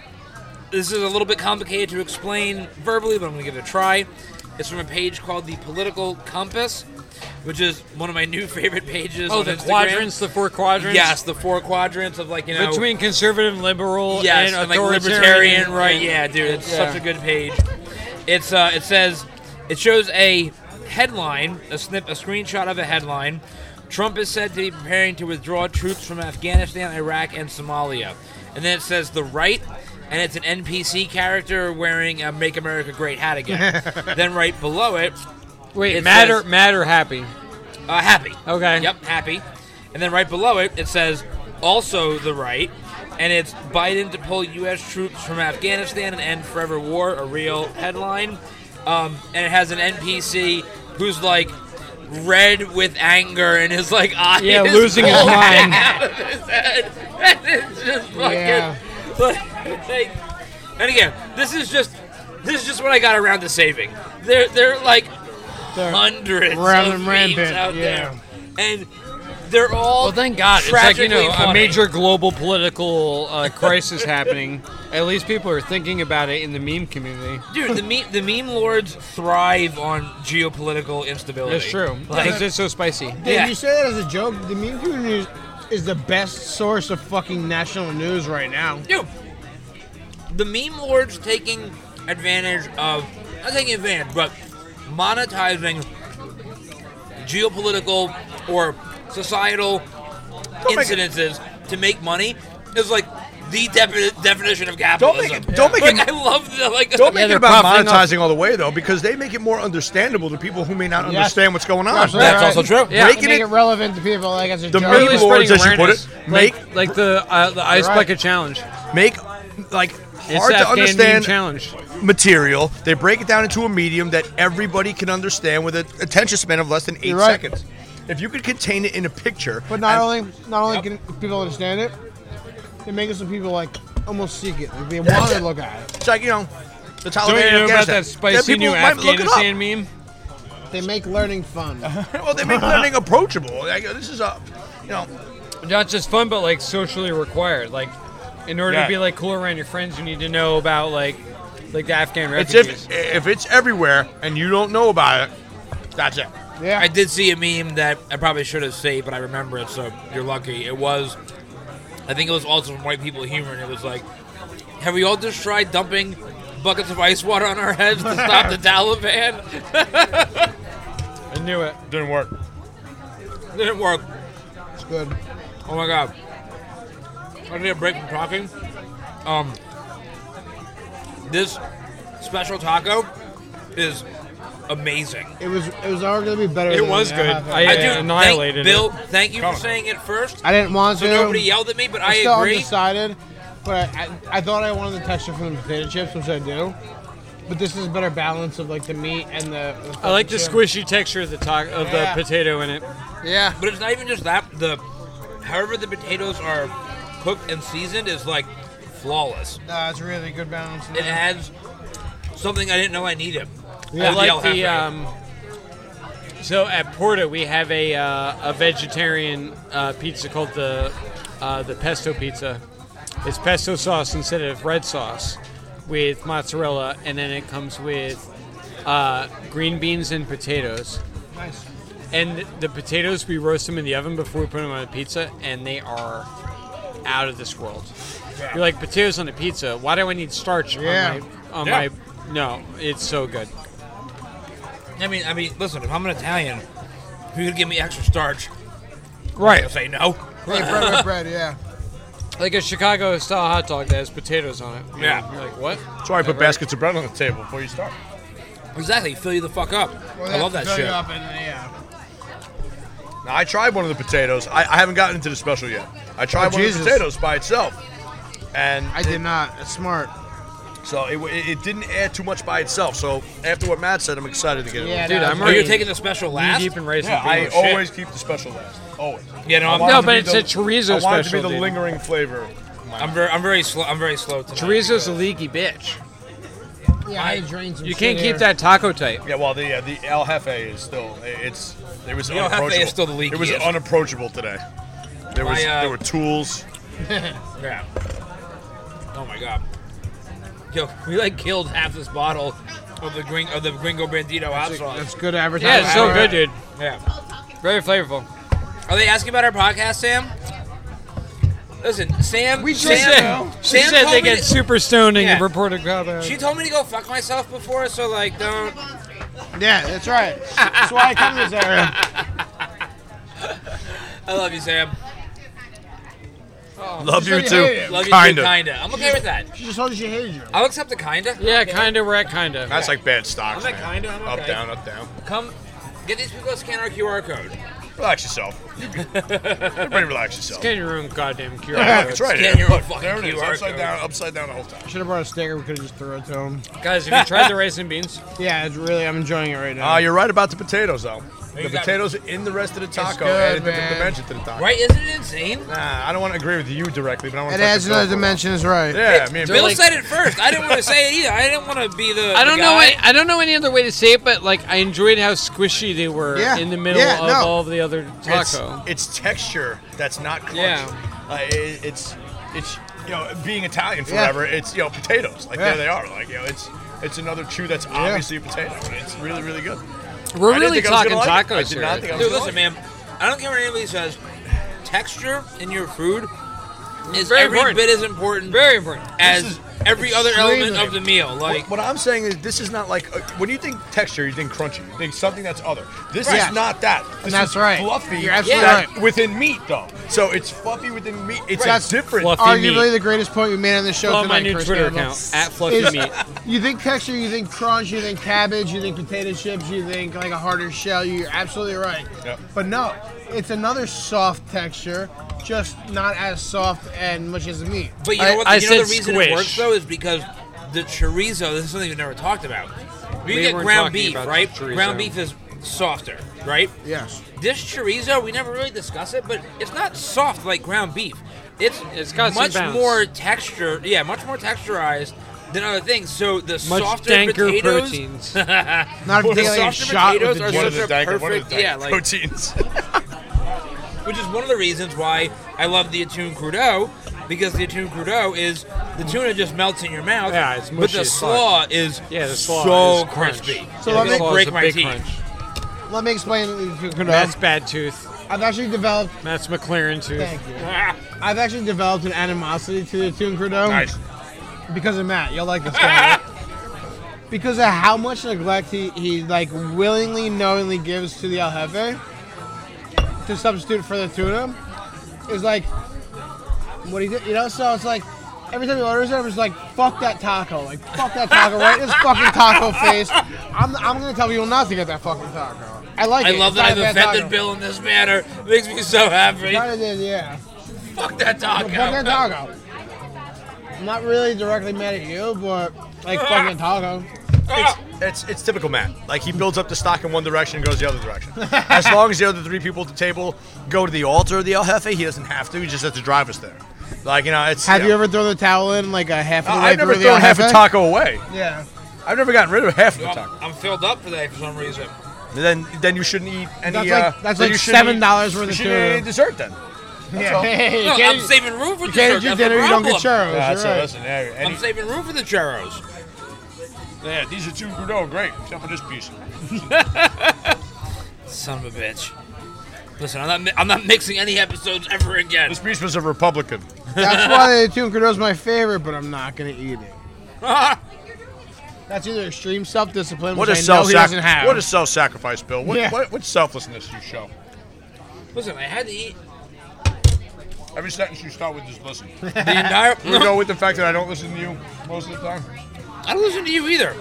S2: This is a little bit complicated to explain verbally, but I'm going to give it a try. It's from a page called the Political Compass, which is one of my new favorite pages.
S1: Oh,
S2: on
S1: the
S2: Instagram.
S1: quadrants, the four quadrants.
S2: Yes, the four quadrants of like you know
S1: Between conservative, liberal,
S2: yes,
S1: and
S2: like
S1: authoritarian,
S2: libertarian right.
S1: and-
S2: Yeah, dude, it's
S1: Yeah.
S2: such a good page. It's uh, it says it shows a headline, a snip, a screenshot of a headline. Trump is said to be preparing to withdraw troops from Afghanistan, Iraq, and Somalia. And then it says the right, and it's an NPC character wearing a "Make America Great" hat again. then right below it,
S1: Wait,
S2: It
S1: matter,
S2: says-
S1: matter, happy.
S2: uh, happy.
S1: Okay.
S2: Yep, happy. And then right below it, it says also the right, and it's Biden to pull U.S. troops from Afghanistan and end forever war, a real headline. Um, and it has an NPC who's like red with anger and his like eyes
S1: Yeah, losing his
S2: pulled
S1: mind.
S2: out of his head. And it's just fucking
S4: Yeah.
S2: like, and again, this is just this is just what I got around to saving. They're they're like
S4: They're-
S2: hundreds
S4: Running
S2: of memes
S4: rampant,
S2: out
S4: yeah.
S2: there, and they're all.
S1: Well, thank God. It's like, you know,
S2: tragically
S1: a
S2: funny.
S1: major global political uh, crisis happening. At least people are thinking about it in the meme community.
S2: dude. The meme, the meme lords thrive on geopolitical instability.
S1: That's true.
S2: Like,
S1: Because it's so spicy.
S4: Dave,
S2: Yeah.
S4: you say that as a joke. The meme community is, is the best source of fucking national news right now.
S2: dude, the meme lords taking advantage of not taking advantage, but monetizing geopolitical or societal incidences to make money is like the defi- definition of capitalism.
S3: make it- don't make it-
S2: Like, I love the like.
S3: Don't make
S1: they're
S3: it about
S1: profiting off-
S3: monetizing all the way though, because they make it more understandable to people who may not
S4: Yes.
S3: understand what's going on.
S4: That's right. That's also
S2: true.
S1: Yeah.
S3: Breaking
S4: Make
S3: it,
S4: it relevant to people like as a
S3: The
S4: joke.
S3: meme
S1: Really
S3: lords,
S1: spreading
S3: as you put
S1: awareness.
S3: it,
S1: like,
S3: make-
S1: like the uh, the ice
S4: right.
S1: bucket challenge.
S3: make like
S1: It's
S3: hard
S1: the
S3: to
S1: Afghan meme
S3: understand
S1: challenge.
S3: material. They break it down into a medium that everybody can understand with an attention span of less than 8
S4: You're right.
S3: seconds. If you could contain it in a picture,
S4: But not
S3: and-
S4: only not only can people understand it, they make it so people like almost seek it. Like they
S3: That's
S4: want to
S3: it.
S4: look at it.
S3: it's like you know, the Taliban
S1: Don't you know
S3: in
S1: about
S3: Afghanistan.
S1: that spicy
S3: Yeah,
S1: new
S3: people might look it up.
S1: Afghanistan meme?
S4: They make learning fun.
S3: Well, they make learning approachable. Like, this is a, you know,
S1: Not just fun, but like socially required. Like, in order
S6: Yeah.
S1: to be like cool around your friends, you need to know about like, like the Afghan
S3: it's
S1: refugees.
S3: if if it's everywhere and you don't know about it, that's it.
S4: Yeah.
S2: I did see a meme that I probably should have saved, but I remember it, so you're lucky. It was, I think it was also from White People Humor, and it was like, have we all just tried dumping buckets of ice water on our heads to stop the Taliban?
S1: I knew it.
S6: Didn't work.
S2: Didn't work.
S4: It's good.
S2: Oh my god. I need a break from talking. Um, this special taco is amazing.
S4: It was it was already gonna be better.
S1: It
S4: than
S1: was
S4: the
S1: good.
S4: half hour.
S1: I- uh,
S2: I
S1: Yeah,
S2: do
S1: annihilated
S2: thank,
S1: it.
S2: Bill, thank you for
S3: Coming.
S2: saying it first.
S4: I didn't want
S2: So
S4: to.
S2: nobody yelled at me, but I
S4: I'm still
S2: agree.
S4: undecided, but I, I, I thought I wanted the texture from the potato chips, which I do. But this is a better balance of like the meat and the. the
S1: I like the
S4: fucking
S1: squishy texture of the to- of
S4: Yeah.
S1: the potato in it.
S4: shrimp. Yeah.
S2: But it's not even just that. The however the potatoes are cooked and seasoned is like flawless.
S4: Uh, it's really good balance. in
S2: It
S4: that.
S2: adds something I didn't know I needed.
S1: I like
S2: Yellow
S1: the.
S2: heifer.
S1: Um, so at Porta we have a uh, a vegetarian uh, pizza called the uh, the pesto pizza. It's pesto sauce instead of red sauce, with mozzarella, and then it comes with uh, green beans and potatoes.
S4: Nice.
S1: And the potatoes we roast them in the oven before we put them on the pizza, and they are out of this world. You're like potatoes on a pizza. Why do I need starch
S4: Yeah.
S1: on my on
S2: Yeah.
S1: my? No, it's so good.
S2: I mean, I mean, listen. If I'm an Italian, if you could give me extra starch,
S1: Right.
S2: I'll say no.
S4: Like bread with bread, yeah.
S1: like a Chicago style hot dog that has potatoes on it. You
S2: Yeah.
S1: know, You're like, what?
S3: That's why I put baskets of bread on the table before you start.
S2: Exactly. Fill you the fuck up.
S4: Well,
S2: I love
S4: they
S2: that
S4: have to fill you
S2: shit.
S4: up and, yeah.
S3: Now, I tried one of the potatoes. I, I haven't gotten into the special yet. I tried
S4: Oh,
S3: one
S4: Jesus.
S3: of the potatoes by itself. And
S4: I did not. That's smart.
S3: so it, it, it didn't add too much by itself. So after what Matt said, I'm excited to get it.
S4: Yeah,
S1: Dude,
S4: no,
S1: I'm
S2: Are
S1: already
S2: you taking the special last?
S1: deep in raisin
S3: Yeah, I
S1: beans.
S3: always keep the special last. Always.
S2: Yeah, no,
S3: I
S2: I'm-
S3: want
S1: No,
S3: it to
S1: but
S3: be
S1: it's a chorizo
S3: I want it to
S1: special,
S3: be the
S1: dude.
S3: lingering flavor.
S2: I'm very, I'm very slow. I'm very slow tonight.
S1: Chorizo's a leaky bitch.
S4: Yeah, I drained some
S1: You
S4: shit
S1: can't
S4: here.
S1: keep that taco tight.
S3: Yeah, well, the yeah, the El Jefe is still it's it was
S2: The El Jefe is
S3: unapproachable.
S2: still the
S3: It was
S2: leakiest.
S3: unapproachable today. There was
S2: My, uh,
S3: there were tools.
S2: Yeah. Oh my god. Yo, we like killed half this bottle of the green of the Gringo Bandito hot sauce.
S4: That's good advertising.
S1: Yeah, it's so good, dude.
S2: Yeah.
S1: Very flavorful.
S2: Are they asking about our podcast, Sam? Listen, Sam.
S4: We
S2: Sam,
S4: just-
S2: Sam,
S1: she said
S2: told
S1: they
S2: me
S1: get
S2: to-
S1: super stoned and
S2: Yeah.
S1: reported combat.
S2: She told me to go fuck myself before, so like, don't.
S4: Yeah, that's right. That's why I come to this area.
S2: I love you, Sam.
S3: Love you
S4: said you hated
S3: too.
S4: it.
S2: Love you
S3: Kinda.
S2: too, kinda. I'm okay with that.
S4: She just told you she hated you.
S2: I'll accept the kinda.
S1: Yeah, kind of. We're at kind of.
S3: That's like bad stocks.
S2: I'm
S3: man.
S2: not kinda, I'm
S3: up
S2: okay.
S3: down, up down.
S2: Come, get these people to scan our QR code.
S3: Relax yourself. You can- Everybody relax yourself.
S1: Getting your own goddamn cure.
S3: Yeah, that's right.
S2: Scan your own
S3: Look,
S2: fucking
S3: there it is.
S2: QR
S3: Upside
S2: code.
S3: down, upside down the whole time.
S4: Should have brought a sticker. We could have just threw it to him.
S1: Guys, have you tried the raisin beans?
S4: Yeah, it's really. I'm enjoying it right
S2: Ah,
S4: now.
S3: Uh, you're right about the potatoes, though. The
S2: you got-
S3: potatoes in the rest of the taco
S4: good,
S3: added a different
S4: man.
S3: dimension to the taco.
S2: Right? Isn't it insane?
S3: Nah, I don't want to agree with you directly, but I want
S4: it
S3: to.
S4: adds another dimension. Is right.
S3: Yeah, I mean,
S2: Bill
S1: like-
S2: said it first. I didn't want to say it either. I didn't want to be the.
S1: I
S2: the
S1: don't know.
S2: guy.
S1: Any, I don't know any other way to say it, but like I enjoyed how squishy they were
S4: Yeah.
S1: in the middle
S4: Yeah,
S1: of
S4: no.
S1: all of the other
S3: it's,
S1: taco.
S3: it's texture that's not crunch.
S1: Yeah.
S3: Uh, it, it's it's you know being Italian
S4: Yeah.
S3: forever. It's you know potatoes like
S4: Yeah.
S3: there they are like you know it's it's another chew that's obviously a potato. and It's really really good.
S1: We're
S3: I didn't
S1: really
S3: think I was
S1: talking
S3: gonna like it. I
S1: tacos
S3: did
S1: here.
S3: not think I was
S2: Dude,
S3: gonna
S2: listen, man. I don't care what anybody says. Texture in your food is
S1: Very
S2: every
S1: important.
S2: bit as important
S1: Very important.
S2: as
S3: This is
S2: every other element
S4: extremely-
S2: of the meal. Like,
S3: What I'm saying is, this is not like uh, when you think texture, you think crunchy, you think something that's other. This
S4: Right.
S3: is not that. This
S4: that's
S3: is
S4: right.
S3: fluffy.
S4: You're absolutely
S3: that-
S4: right.
S3: Within meat, though, so it's fluffy within meat. It's
S4: Right.
S3: not different.
S1: Fluffy.
S4: Arguably
S1: meat.
S4: the greatest point we made on the show
S1: Follow
S4: tonight.
S1: my new
S4: Chris
S1: Twitter
S4: Campbell,
S1: account at Fluffy
S4: is-
S1: Meat.
S4: You think texture, you think crunch, you think cabbage, you think potato chips, you think like a harder shell. You're absolutely right.
S3: Yep.
S4: But no, it's another soft texture, just not as soft and much as the meat.
S2: but you
S1: I-
S2: know what?
S1: I
S2: you know the
S1: said
S2: reason
S1: squish.
S2: it works though is because the chorizo. This is something we've never talked about. You
S1: We
S2: get
S1: weren't
S2: ground
S1: talking
S2: beef,
S1: about
S2: right?
S1: chorizo.
S2: Ground beef is softer, right?
S4: Yes.
S2: This chorizo, we never really discuss it, but it's not soft like ground beef. It's
S1: It's got some
S2: much
S1: bounce.
S2: more texture. Yeah, much more texturized than other things. So the
S1: Much
S2: softer
S1: danker
S2: potatoes,
S1: proteins.
S4: Not if
S2: The
S4: you take like a
S2: softer
S4: shot with
S2: potatoes
S4: the
S2: are
S3: one
S4: juice.
S3: of the
S2: such a
S3: dank, one of
S2: perfect-
S3: the dank
S2: yeah, like-
S3: proteins.
S2: which is one of the reasons why I love the attuned crudo because the attuned crudo is the tuna just melts in your mouth.
S1: Yeah, it's
S2: but
S1: mushy
S2: the
S1: as fuck.
S2: slaw is
S1: Yeah, the slaw
S2: so
S1: is crunch.
S2: crispy.
S4: So
S2: It
S4: let me-
S2: will
S1: Slaw's
S2: break
S1: a
S2: my
S1: big
S2: teeth.
S1: crunch.
S4: Let me explain. if you could-
S1: Matt's bad tooth.
S4: I've actually developed.
S1: Matt's McLaren tooth.
S4: Thank you.
S2: Ah.
S4: I've actually developed an animosity to the tune crudo.
S3: nice.
S4: Because of Matt, you'll like this guy. because of how much neglect he, he like willingly, knowingly gives to the El Jefe to substitute for the tuna is like what he did, you know. So it's like every time he orders it, I'm just like, fuck that taco. Like, fuck that taco right in his fucking taco face. I'm, I'm going to tell people not to get that fucking taco. I like
S2: I
S4: it.
S2: love
S4: It's
S2: that
S4: not
S2: I've
S4: a bad
S2: offended
S4: taco.
S2: Bill in this manner. Makes me so happy.
S4: Kind of did, yeah.
S2: Fuck that
S4: But
S2: taco.
S4: fuck that taco. I'm not really directly mad at you, but like fucking taco.
S2: Ah!
S3: It's it's typical Matt. Like he builds up the stock in one direction and goes the other direction. as long as the other three people at the table go to the altar of the El Jefe, he doesn't have to. He just has to drive us there. Like you know, it's.
S4: Have you
S3: know-
S4: ever thrown the towel in like a half of the way
S3: I- Uh, I've never
S4: through the
S3: thrown half a
S4: Aljefe?
S3: taco away.
S4: Yeah.
S3: I've never gotten rid of half of a
S2: I'm,
S3: taco.
S2: I'm filled up today for some reason.
S3: Then then you shouldn't eat any.
S4: That's like-
S3: uh,
S4: that's
S3: then
S4: like
S3: you shouldn't eat-
S4: $7 worth
S3: you
S4: of
S3: shouldn't
S4: food.
S3: eat dessert then.
S4: yeah. Hey,
S2: No,
S4: you
S2: I'm
S4: can't eat-
S2: saving room for
S4: you
S2: dessert.
S4: can't eat your
S2: That's the
S4: dinner, you don't get
S2: problem.
S6: Oh, Uh,
S3: That's
S4: churros. you're
S3: it.
S4: right.
S3: Listen, there- any-
S2: I'm saving room for the churros.
S6: Yeah, these are two Bordeaux, great, except for this piece.
S2: Son of a bitch. Listen, I'm not. mi- I'm not mixing any episodes ever again.
S6: This piece was a Republican.
S4: That's why the tuna is my favorite, but I'm not gonna eat it.
S2: That's
S4: That's either extreme self-discipline,
S3: What
S4: which
S3: a
S4: I know
S3: self
S4: he doesn't have.
S3: What a self sacrifice, Bill. What,
S4: Yeah.
S3: what what selflessness you show.
S2: Listen, I had to eat
S6: Every sentence you start with is listen.
S2: the entire.
S6: You go with the fact that I don't listen to you most of the time.
S2: I don't listen to you either.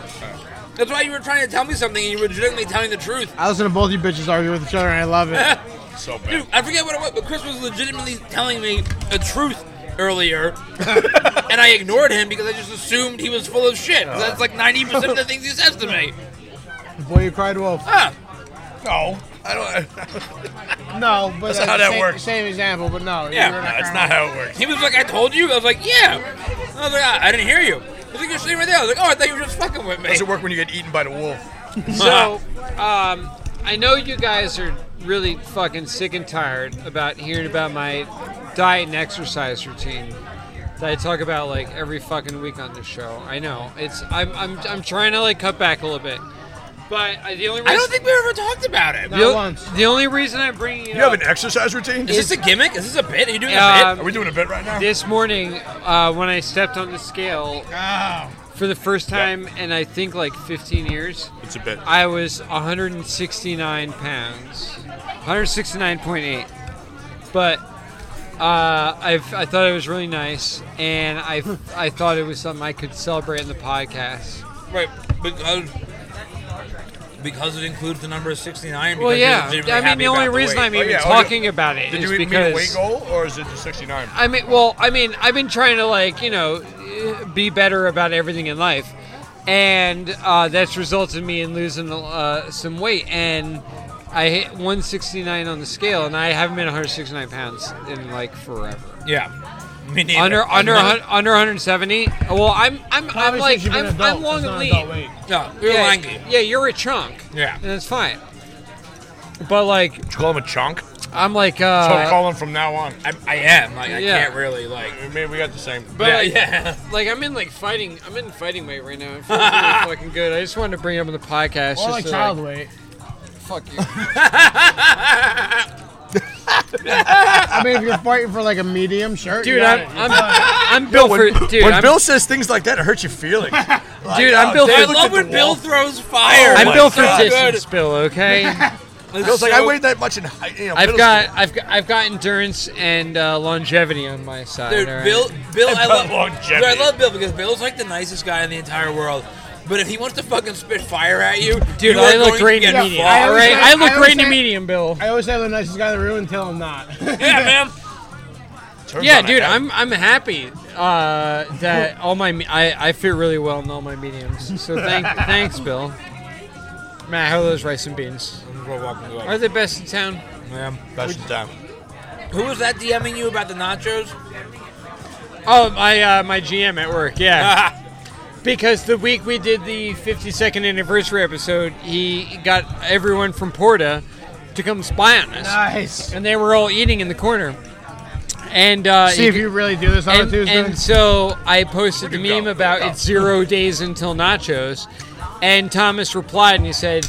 S2: That's why you were trying to tell me something, and you were legitimately telling the truth.
S4: I listen to both you bitches argue with each other, and I love it.
S6: So bad.
S2: Dude, I forget what it was, but Chris was legitimately telling me a truth earlier, and I ignored him because I just assumed he was full of shit. 'Cause That's like ninety percent of the things he says to me.
S4: Boy, you cried wolf.
S2: Ah,
S6: No, I don't.
S4: No, but that's
S6: how that
S4: same,
S6: works.
S4: Same example, but no.
S2: Yeah,
S4: you're
S2: no,
S4: not
S6: That's
S4: crying
S6: not
S4: wolf.
S6: how it works.
S2: he was like, "I told you." I was like, "Yeah." I was like, ah, "I didn't hear you." He's like, "You're sitting right there." I was like, "Oh, I thought you were just fucking with me."
S6: Does it work when you get eaten by the wolf?
S1: So, um, I know you guys are really fucking sick and tired about hearing about my diet and exercise routine that I talk about like every fucking week on this show. I know it's I'm I'm, I'm trying to like cut back a little bit, but I, the only reason
S2: I don't think we ever talked about it.
S1: the,
S4: Not
S1: o-
S4: once.
S1: the only reason I'm bringing it
S6: You have
S1: up
S6: an exercise routine?
S2: Is this a gimmick? Is this a bit? Are you doing a
S1: um,
S6: Are we doing a bit right now?
S1: this morning uh, when I stepped on the scale for the first time in I think like 15 years.
S6: It's a bit.
S1: I was 169 pounds, 169.8. But uh, I've, I thought it was really nice, and I I thought it was something I could celebrate in the podcast.
S2: bit? Right, because because it includes the number sixty nine.
S1: Well, yeah. I mean, the only reason I'm even
S6: yeah, oh, yeah.
S1: talking about it is
S6: Did you meet
S1: because
S6: a weight goal or is it the 69?
S1: I mean, well, I mean, I've been trying to like you know eh, be better about everything in life, and uh, that's resulted in me in losing uh, some weight. And I hit 169 on the scale, and I haven't been 169 pounds in like forever.
S2: Yeah. Me neither.
S1: Under
S2: I'm
S1: under
S2: not-
S1: hun- under 170. Well, I'm I'm I'm
S4: Probably
S1: like
S4: since you've been
S1: I'm,
S4: adult,
S1: I'm
S4: so
S1: long
S4: it's not
S1: and
S4: adult
S1: lean.
S4: weight.
S2: No, you're
S1: yeah,
S2: lanky.
S1: yeah, you're a chunk.
S2: Yeah.
S1: and it's fine. But like
S6: Did you call him a chunk?
S1: I'm like
S6: That's what I
S1: uh,
S6: call him from now on.
S2: I, I am. Like, I
S1: Yeah.
S2: can't really like.
S6: I mean, we got the same.
S1: but
S2: yeah,
S1: like,
S2: yeah.
S1: Like I'm in like fighting, I'm in fighting weight right now. It feels really fucking good. I just wanted to bring it up in the podcast. just
S4: Or like
S1: to,
S4: child weight.
S1: fuck you.
S4: I mean, if you're fighting for like a medium, sure.
S1: dude.
S4: you got
S1: I'm
S4: it.
S1: I'm, I'm built for dude.
S3: when
S1: I'm,
S3: Bill says things like that, it hurts your feelings. Like,
S1: dude, I'm
S3: oh,
S1: built
S3: damn,
S2: I
S1: for
S3: look
S2: love
S6: at the
S2: when Bill
S6: wall.
S2: throws fire.
S1: I'm
S3: my
S1: built for
S2: God.
S1: distance, Bill. Okay,
S2: It's
S3: Bill's like,
S2: so-
S3: I weighed that much in height. You know,
S1: I've
S3: middle
S1: got I've got I've got endurance and uh, longevity on my side.
S2: Dude,
S1: all right?
S2: Bill, Bill, I love, dude,
S6: longevity.
S2: I love Bill because Bill's like the nicest guy in the entire world. But if he wants to fucking spit fire at you,
S1: Dude,
S2: you
S1: I
S2: are
S1: look
S2: going to
S1: great in the
S2: get
S1: medium.
S2: far.
S4: I
S1: All
S4: always
S1: right,
S4: say-
S1: I look
S4: I always
S1: great in the
S4: say-
S1: medium, Bill.
S4: I always say I'm the nicest guy in the room until I'm not.
S2: Yeah, man.
S6: school. Turns
S1: Yeah,
S6: on a
S1: dude,
S6: hat.
S1: I'm I'm happy uh, that all my me- I, I fit really well in all my mediums. So thank, thanks, Bill. Matt, how are those rice and beans? Are they best in town?
S2: Man.
S3: Best of time.
S2: Who was that DMing you about the nachos?
S1: Oh, my uh, my GM at work. Yeah, because the week we did the 52nd anniversary episode, he got everyone from Porta to come spy on us,
S4: nice.
S1: and they were all eating in the corner. And uh,
S4: See if you really do this on a
S1: and,
S4: Tuesday.
S1: and so I posted the
S6: Where'd it
S1: meme
S6: go?
S1: about
S6: Where'd it
S1: it's zero days until nachos, and Thomas replied and he said,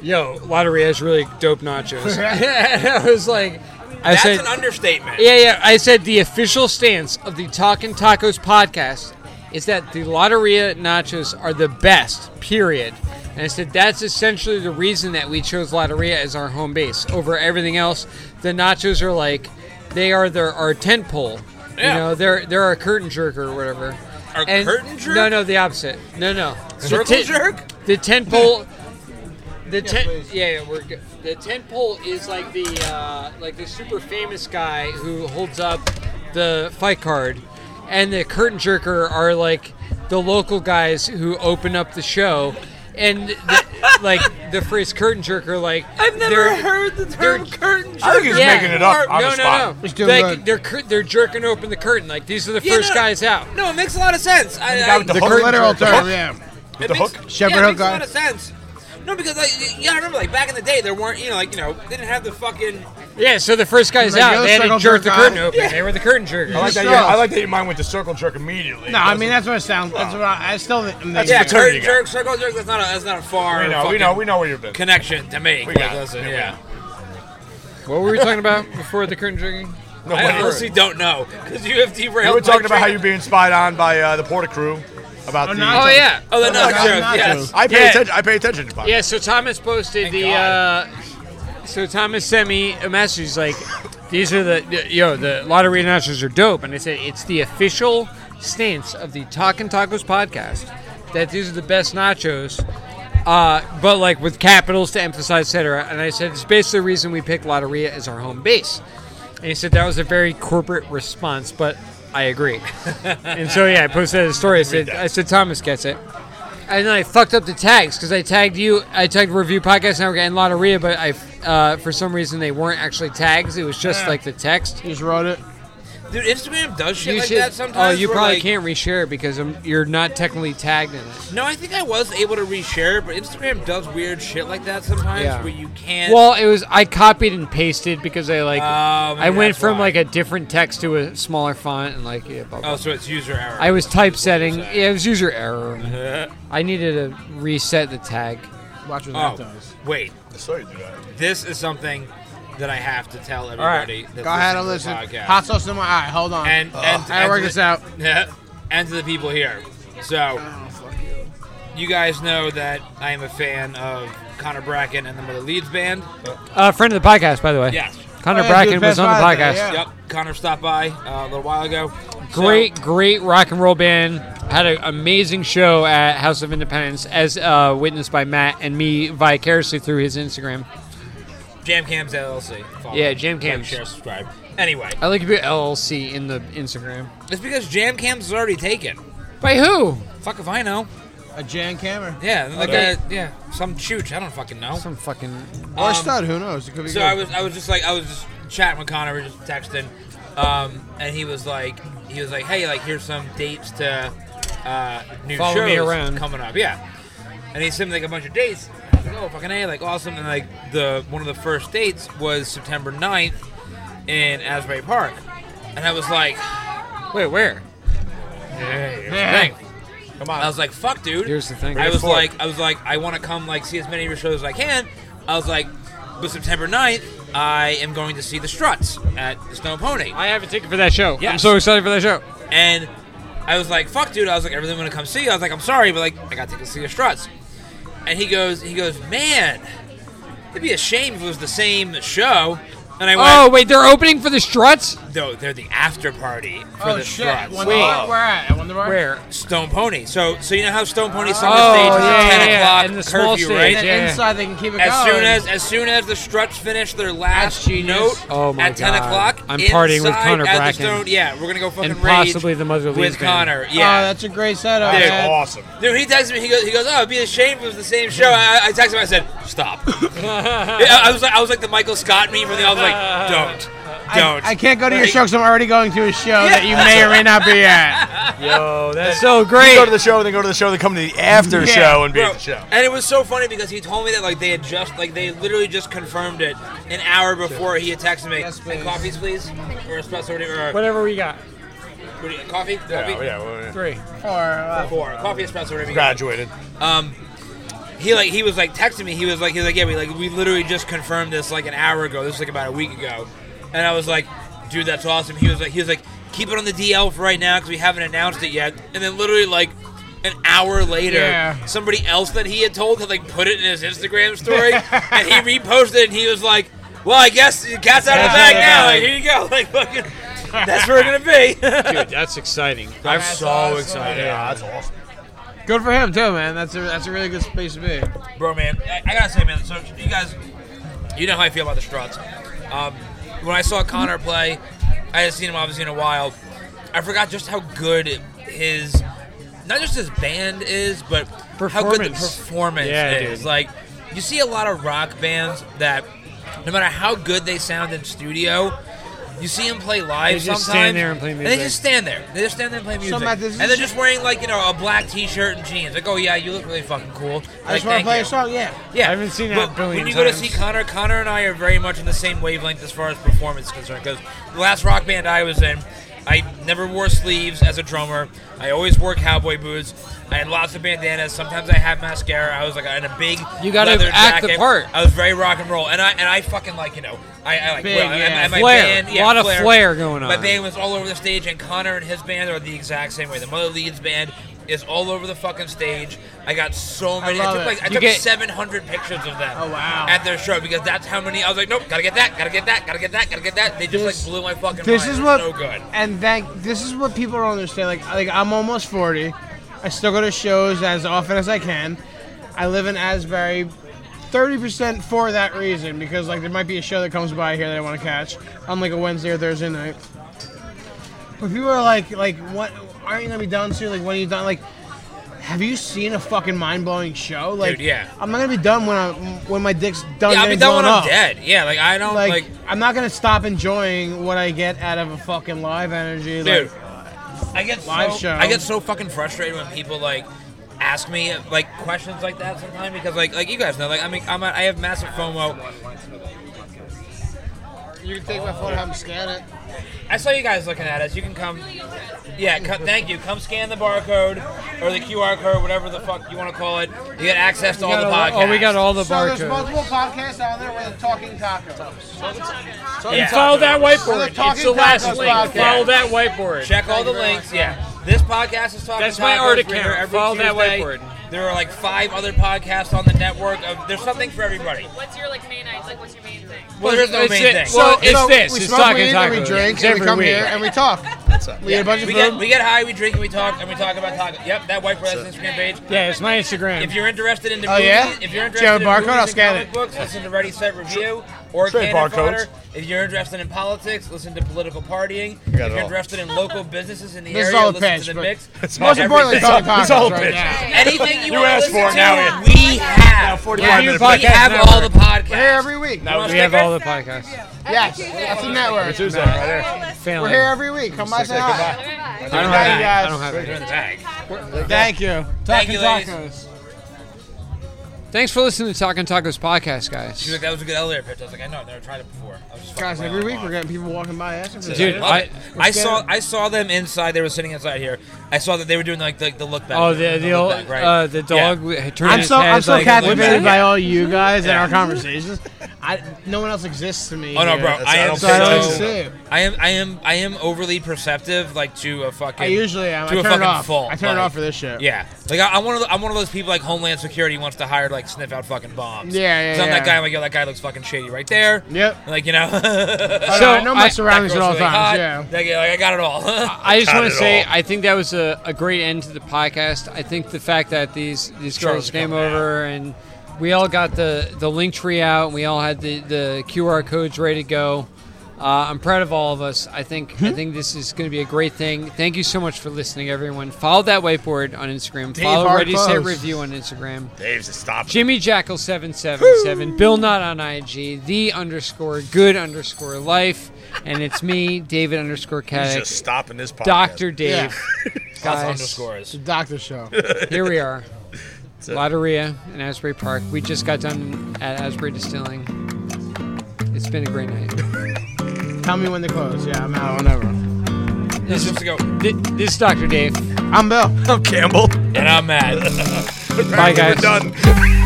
S1: "Yo, Lottery has really dope nachos." and I was like, "I
S2: That's
S1: said,
S2: an understatement.
S1: yeah, yeah." I said the official stance of the Talkin' Tacos podcast is that the Lotteria nachos are the best. Period. And I said that's essentially the reason that we chose Lotteria as our home base over everything else. The nachos are like they are their our tent pole
S2: Yeah.
S1: You know, they're they're a curtain jerker or whatever.
S2: A
S1: And-
S2: curtain jerk?
S1: No, no, the opposite. No, no. The
S2: Circle
S1: tent-
S2: jerk?
S1: The tent pole. The tent.
S4: please.
S1: Yeah, yeah, we're good. The tent pole is like the uh, like the super famous guy who holds up the fight card, and the curtain jerker are like the local guys who open up the show. And the, like the phrase curtain jerker, like I've never heard the term curtain jerker.
S3: I think he's making it up on
S1: no,
S3: the
S1: no,
S3: spot.
S1: No,
S4: He's doing
S1: Like,
S4: good.
S1: They're cur- they're jerking open the curtain. Like these are the
S2: Yeah,
S1: first
S2: no, no.
S1: guys out.
S2: No, it makes a lot of sense. I,
S3: guy
S2: I-
S3: with the
S4: The
S3: hook?
S4: curtain literal
S3: The
S4: term,
S3: hook?
S4: yeah.
S2: it
S3: the
S2: makes,
S3: hook?
S4: Shepherd
S2: yeah, it
S4: hook
S2: makes a
S4: guy.
S2: lot of sense. No, because like y- yeah, I remember like back in the day there weren't you know like you know they didn't have the fucking
S1: Yeah, so the first guys
S4: Like,
S1: out,
S4: yo,
S1: they had to
S4: circle
S1: jerk the
S4: jerk
S1: curtain
S4: guy.
S1: open. They were the curtain jerkers.
S3: I like, that,
S4: Sure.
S3: yeah, I like that your mind went to circle jerk immediately.
S4: No, I mean that's what it sounds. That's what I, I still. am
S3: That's
S2: yeah
S3: what
S2: curtain
S3: fraternity guy.
S2: jerk, circle jerk. That's not a that's not a far
S3: we know, we
S2: fucking
S3: know, we know where you've been.
S2: connection to make.
S3: We
S2: Like,
S3: got it.
S2: listen,
S3: Yeah, we
S2: yeah.
S1: What were we talking about before the curtain jerking?
S3: No,
S2: I
S3: whatever.
S2: honestly don't know because you have derailed.
S3: we were talking
S2: my
S3: about how
S2: train
S3: you're being spied on by uh, the Porta crew about
S4: Oh,
S3: the.
S4: no.
S1: Oh yeah.
S2: of- Oh, the
S4: Oh,
S2: no,
S4: God, not
S2: yes.
S4: to.
S3: I pay
S1: Yeah.
S3: attention. I pay attention to.
S1: Yeah, so Thomas posted
S2: Thank
S1: the
S2: God.
S1: uh, so Thomas sent me a message he's like these are the yo, the lottery announcers are dope and I said it's the official stance of the Talkin' Tacos podcast that these are the best nachos. Uh, but like with capitals to emphasize, etc. And I said it's basically the reason we picked Lotteria as our home base. And he said that was a very corporate response, but I agree. and so yeah, I posted a story. I said, I said Thomas gets it. And then I fucked up the tags because I tagged you. I tagged Review Podcast Network and Lotteria, but I, uh, for some reason, they weren't actually tags. It was just like the text.
S4: You just wrote it.
S2: Dude, Instagram does shit
S1: You
S2: like
S1: should-
S2: that sometimes.
S1: oh, you
S2: where,
S1: probably
S2: like-
S1: can't reshare it because um you're not technically tagged in it.
S2: No, I think I was able to reshare, but Instagram does weird shit like that sometimes
S1: Yeah.
S2: where you can't.
S1: Well, it was I copied and pasted because I like
S2: Oh, maybe
S1: I went
S2: that's
S1: from
S2: why.
S1: like a different text to a smaller font and like yeah, blah, blah.
S2: oh, so it's user error.
S1: I was typesetting. Yeah, it was user error. I needed to reset the tag.
S4: Watch what
S2: oh,
S4: that does.
S2: wait.
S3: Sorry, dude. I-
S2: This is something that I have to tell everybody. that's
S4: Go ahead and
S2: listening
S4: listen.
S2: to the podcast.
S4: Hot sauce in my eye. Hold on. Uh,
S2: and and,
S4: I gotta
S2: and
S4: work
S2: to
S4: this
S2: the-
S4: out. Oh,
S2: Yeah, and to the people here. So, you guys know that I am a fan of Connor Bracken and the Mother Leeds band.
S1: Uh, friend of the podcast, by the way.
S2: Yes.
S1: Connor
S4: Oh, yeah,
S1: Bracken
S4: dude,
S1: was
S4: Best
S1: on the
S4: Buy there,
S1: podcast.
S4: yeah.
S2: Yep, Connor stopped by uh, a little while ago. So-
S1: Great, great rock and roll band. Had an amazing show at House of Independence, as uh, witnessed by Matt and me vicariously through his Instagram.
S2: Jam Cams LLC. Follow.
S1: Yeah, Jam
S2: Like,
S1: Cams.
S2: share, subscribe. Anyway,
S1: I like to be LLC in the Instagram.
S2: it's because Jam Cams is already taken.
S1: By who?
S2: Fuck if I know.
S4: A Jan Cammer.
S2: Yeah, like
S1: Okay.
S2: uh, yeah, some chooch. I don't fucking know.
S1: Some fucking.
S4: Or
S2: Um,
S4: stud. Who knows? It could be
S2: So
S4: good.
S2: I was, I was just like, I was just chatting with Connor, we were just texting, um, and he was like, he was like, hey, like here's some dates to uh, new
S1: Follow
S2: shows
S1: me around.
S2: coming up, yeah. And he sent me like a bunch of dates. I was like, oh fucking a, like awesome. And like the one of the first dates was September 9th in Asbury Park, and I was like,
S1: Wait, where?
S2: dang. Come on. I was like, fuck, dude.
S1: Here's the thing.
S2: I was
S1: Forward.
S2: like, I was like, I want to come like see as many of your shows as I can. I was like, but September 9th, I am going to see the Struts at the Snow Pony,
S1: I have a ticket for that show. I'm
S2: Yes.
S1: so excited for that show.
S2: and I was like, fuck, dude. I was like, I really want to come see. you. I was like, I'm sorry, but like, I got to go see the Struts. And he goes, he goes, man, it'd be a shame if it was the same show. And I
S1: Oh,
S2: went,
S1: wait, they're opening for the Struts?
S2: no, they're the after party for
S4: oh
S2: the
S4: shit!
S2: Struts.
S4: Wonder
S1: Wait.
S4: where at? I wonder
S1: Where?
S2: Stone Pony. So, so you know how Stone Pony summer
S1: Oh,
S2: stage is
S1: yeah,
S2: a ten
S1: yeah,
S2: o'clock
S1: and the
S2: curfew,
S1: small stage,
S2: right?
S4: And
S1: Yeah.
S4: inside they can keep it
S2: As
S4: going.
S2: soon as as soon as the struts finish their
S4: That's
S2: last
S4: genius.
S2: note
S1: Oh my
S2: at ten
S1: God.
S2: o'clock,
S1: I'm partying with
S2: inside
S1: Connor
S2: at the
S1: Bracken.
S2: Stone- yeah, we're gonna go fucking
S1: And
S2: rage
S1: possibly the Mother Leeds
S2: with
S1: band.
S2: Connor.
S4: Oh,
S2: Yeah,
S4: that's a great setup.
S2: Dude.
S4: man.
S3: Awesome.
S2: dude, he texted me. He goes, he goes, oh, it'd be a shame if it was the same show. I, I texted him. I said, stop. Yeah, I was like, I was like the Michael Scott meme from the. I was like, don't,
S4: I,
S2: don't.
S4: I can't go to your
S2: Like,
S4: show because I'm already going to a show that you may or may not be at.
S3: Yo, that's
S1: So great.
S3: Go to the show, then go to the show, then come to the after
S4: Yeah.
S3: show and be at
S2: Bro,
S3: the show.
S2: and it was so funny because he told me that like they had just like they literally just confirmed it an hour before he had texted me.
S4: Yes,
S2: "Hey,
S4: please.
S2: coffees, please, or espresso, or whatever. Or,
S1: Whatever we got.
S2: what do you- coffee, coffee,
S3: Yeah, yeah, well, yeah.
S1: Three.
S4: Or uh,
S2: Four. coffee, espresso, whatever. You got.
S3: Graduated.
S2: Um, he like he was like texting me. He was like he was like yeah we like we literally just confirmed this like an hour ago. This was like about a week ago, and I was like, dude, that's awesome. He was like he was like keep it on the DL for right now because we haven't announced it yet. And then literally like. An hour later,
S4: Yeah.
S2: somebody else that he had told had like put it in his Instagram story, and he reposted. it And he was like, "Well, I guess the cat's out of the
S4: Cat's
S2: bag
S4: out of the
S2: now.
S4: bag.
S2: Like, here you go." Like, fucking. That's where we're gonna be.
S1: Dude, that's exciting.
S2: I'm
S4: That's
S2: so
S4: awesome.
S2: excited,
S3: Yeah, that's awesome.
S4: Good for him too, man. That's a that's a really good space to be.
S2: bro, man. I, I gotta say, man. So you guys, you know how I feel about the Struts. Um, when I saw Connor play, I hadn't seen him obviously in a while. I forgot just how good his, not just his band is, but how good the
S1: Performance.
S2: performance
S1: Yeah,
S2: is.
S1: dude.
S2: Like, you see a lot of rock bands that, no matter how good they sound in studio. You see them play live.
S1: They just
S2: sometimes,
S1: stand there and play
S2: they
S1: music.
S2: just stand there. They just stand there and play music.
S4: Matt, this is-
S2: and they're just wearing like you know a black T-shirt and jeans. Like, oh yeah, you look really fucking cool.
S4: I just
S2: Like,
S4: want to
S2: thank
S4: play
S2: you.
S4: a song. Yeah.
S2: Yeah,
S1: I haven't seen that
S2: But
S1: a billion
S2: When you go to
S1: times.
S2: see Connor, Connor and I are very much on the same wavelength as far as performance is concerned. Because the last rock band I was in, I never wore sleeves as a drummer. I always wore cowboy boots. I had lots of bandanas. Sometimes I had mascara. I was like in a big
S1: You gotta
S2: leather
S1: act the
S2: jacket.
S1: part.
S2: I was very rock and roll, and I and I fucking like you know I, I like
S4: Big,
S2: well, and-
S4: yeah.
S2: and my
S1: Flair.
S2: band, yeah,
S1: Lot of flair going
S2: My
S1: on.
S2: band was all over the stage, and Connor and his band are the exact same way. The Mother Leeds band is all over the fucking stage. I got so many.
S4: love
S2: took
S4: it.
S2: like I
S1: You
S2: took
S1: get-
S2: 700 pictures of them.
S4: Oh, wow.
S2: At their show because that's how many. I was like, nope, gotta get that, gotta get that, gotta get that, gotta get that. They just
S4: This-
S2: like blew my fucking
S4: This
S2: mind.
S4: is
S2: It
S4: what
S2: was so good.
S4: and thank this is what people don't understand. Like like I'm almost forty. I still go to shows as often as I can. I live in Asbury. Thirty percent for that reason because like there might be a show that comes by here that I want to catch on like a Wednesday or Thursday night. But people are like like what aren't you gonna be done soon? Like when are you done? Like have you seen a fucking mind blowing show? Like
S2: yeah.
S4: I'm not gonna be done when I when my dick's done.
S2: Yeah, I'll be
S4: getting
S2: done when
S4: blown
S2: I'm
S4: up
S2: dead. Yeah, like I don't
S4: like,
S2: like,
S4: I'm not gonna stop enjoying what I get out of a fucking live energy.
S2: dude.
S4: like,
S2: I get
S4: live
S2: so,
S4: show.
S2: I get so fucking frustrated when people like ask me like questions like that sometimes because like like you guys know like I mean I'm a, I have massive FOMO.
S4: you can take my phone, have them scan it.
S2: I saw you guys looking at us. You can come. Yeah, co- thank you. Come scan the barcode or the QR code, whatever the fuck you want to call it. You get access to all the
S1: Got
S2: podcasts.
S1: all- oh, we got all the
S4: so there's
S1: barcodes.
S4: multiple podcasts out there with talking tacos.
S2: Yeah.
S1: Follow that
S4: Another
S1: whiteboard.
S4: Talking
S1: It's the last
S4: Tacos
S1: link.
S4: podcast.
S1: Follow that whiteboard.
S2: Check all the
S4: you very
S2: links.
S4: much.
S2: Yeah, this podcast is talking.
S1: That's my
S2: Tacos.
S1: art
S2: We're here
S1: account.
S2: every
S1: Follow that
S2: Tuesday.
S1: whiteboard.
S2: There are like five other podcasts on the network. Of, there's something for everybody.
S8: What's your like main idea? Like, what's your main thing?
S2: Well, there's no
S1: it's
S2: main
S1: it.
S2: thing.
S1: Well, it's
S4: so
S1: this.
S4: We
S1: It's
S4: smoke
S1: talking
S4: weed and we
S1: tacos.
S4: drink
S1: It's
S4: and we
S1: every
S4: come
S1: week.
S4: here and we talk. We eat a bunch of
S2: we
S4: food.
S2: get we get high, we drink, and we talk, and we talk about tacos. Yep, that whiteboard has an Instagram page.
S1: Yeah, it's my Instagram.
S2: If you're interested in the
S4: Oh,
S2: movies,
S4: yeah?
S2: if you're
S4: Do you have
S2: interested
S4: a
S2: in
S4: barcode?
S2: movies
S4: I'll
S2: and
S4: scan
S2: comic
S4: it.
S2: books, listen to Ready Set Review or
S3: Trade
S2: Cannon
S3: barcodes.
S2: Fodder. If you're interested in politics, listen to political partying. If
S3: it
S2: you're
S3: all.
S2: interested in local businesses in the
S4: This is
S2: area,
S4: all a
S2: listen
S4: pitch,
S2: to the
S4: but-
S2: mix.
S4: Most importantly,
S3: It's all-
S4: talking tacos
S3: it's all a
S4: right
S3: pitch.
S4: now.
S2: anything you,
S3: You
S2: want
S3: asked
S2: to
S3: for it,
S2: listen
S3: now
S2: to, we have.
S3: 45
S1: Yeah,
S3: minutes.
S1: you
S2: We have
S1: Podcast
S2: all the podcasts.
S4: We're here every week.
S2: You want a
S1: we have
S2: sticker?
S1: all the podcasts.
S4: Yes, that's a network.
S3: Tuesday, right there.
S1: Failing.
S4: We're here every week. Come by say hi.
S1: I
S4: Good
S1: don't
S4: night,
S1: have
S4: you
S1: it.
S4: guys.
S1: I don't have
S2: They're
S1: it.
S2: in the bag.
S4: Thank you.
S2: Thank
S4: Talking
S2: you, ladies.
S4: tacos.
S1: Thanks for listening to Talking Tacos podcast,
S2: She's
S1: guys.
S2: like, that was a good elevator pitch. I was like, I know, I've never tried it before. I was just fucking
S4: Guys, every
S2: around.
S4: week we're getting people walking by asking for
S1: Dude,
S4: stuff.
S2: Love it.
S1: I-
S2: I saw I saw them inside. They were sitting inside here. I saw that they were doing like the, the look back.
S1: Oh, the the, old,
S2: look back, right?
S1: uh, the dog
S2: Yeah.
S1: w- had turned
S4: I'm
S1: his
S4: so
S1: head
S4: I'm so
S1: like,
S4: captivated by all you guys and
S2: Yeah.
S4: our conversations. I no one else exists to me.
S2: Oh no,
S4: here.
S2: bro! I am
S4: So I don't
S2: so-
S4: see it.
S2: I am I am I am overly perceptive, like to a fucking.
S4: I usually am. I
S2: to a
S4: turn
S2: fucking
S4: it off.
S2: fault.
S4: I turn it
S2: like-
S4: off for this shit.
S2: Yeah, like I, I'm one of the, I'm one of those people like Homeland Security wants to hire like sniff out fucking bombs.
S4: Yeah, yeah,
S2: 'Cause I'm that
S4: yeah.
S2: guy. Like yo, that guy looks fucking shady right there.
S4: Yep.
S2: Like you know.
S4: I
S1: So
S4: know- I know my
S1: I-
S4: surroundings at all times. Yeah.
S2: Like, like I got it all.
S1: I just
S3: Got
S1: want
S3: it
S1: to say,
S3: all.
S1: I think that was a, a great end to the podcast. I think the fact that these these
S2: Charles
S1: girls came
S2: coming
S1: over and we all got the the link tree out, and we all had the the QR codes ready to go. Uh, I'm proud of all of us. I think I think this is going to be a great thing. Thank you so much for listening, everyone. Follow that whiteboard on Instagram. Follow
S4: hard
S1: Ready Set
S4: close.
S1: Review on Instagram.
S3: Dave's a stop.
S1: Jimmy Jackal seven seven seven. Bill not on IG. The underscore good underscore life, and it's me, David underscore
S3: He's
S1: Caddick.
S3: just stopping this podcast.
S1: Doctor Dave.
S2: Lots of
S1: Guys,
S2: underscores.
S4: Doctor show.
S1: here we are. Lotteria in Asbury Park. We just got done at Asbury Distilling. It's been a great night.
S4: Tell me when they close. Yeah, I'm out whenever.
S2: It's just to go.
S1: Th- This is Dr. Dave.
S4: I'm Bill.
S3: Campbell.
S2: And I'm mad.
S1: Bye, guys.
S3: We're done.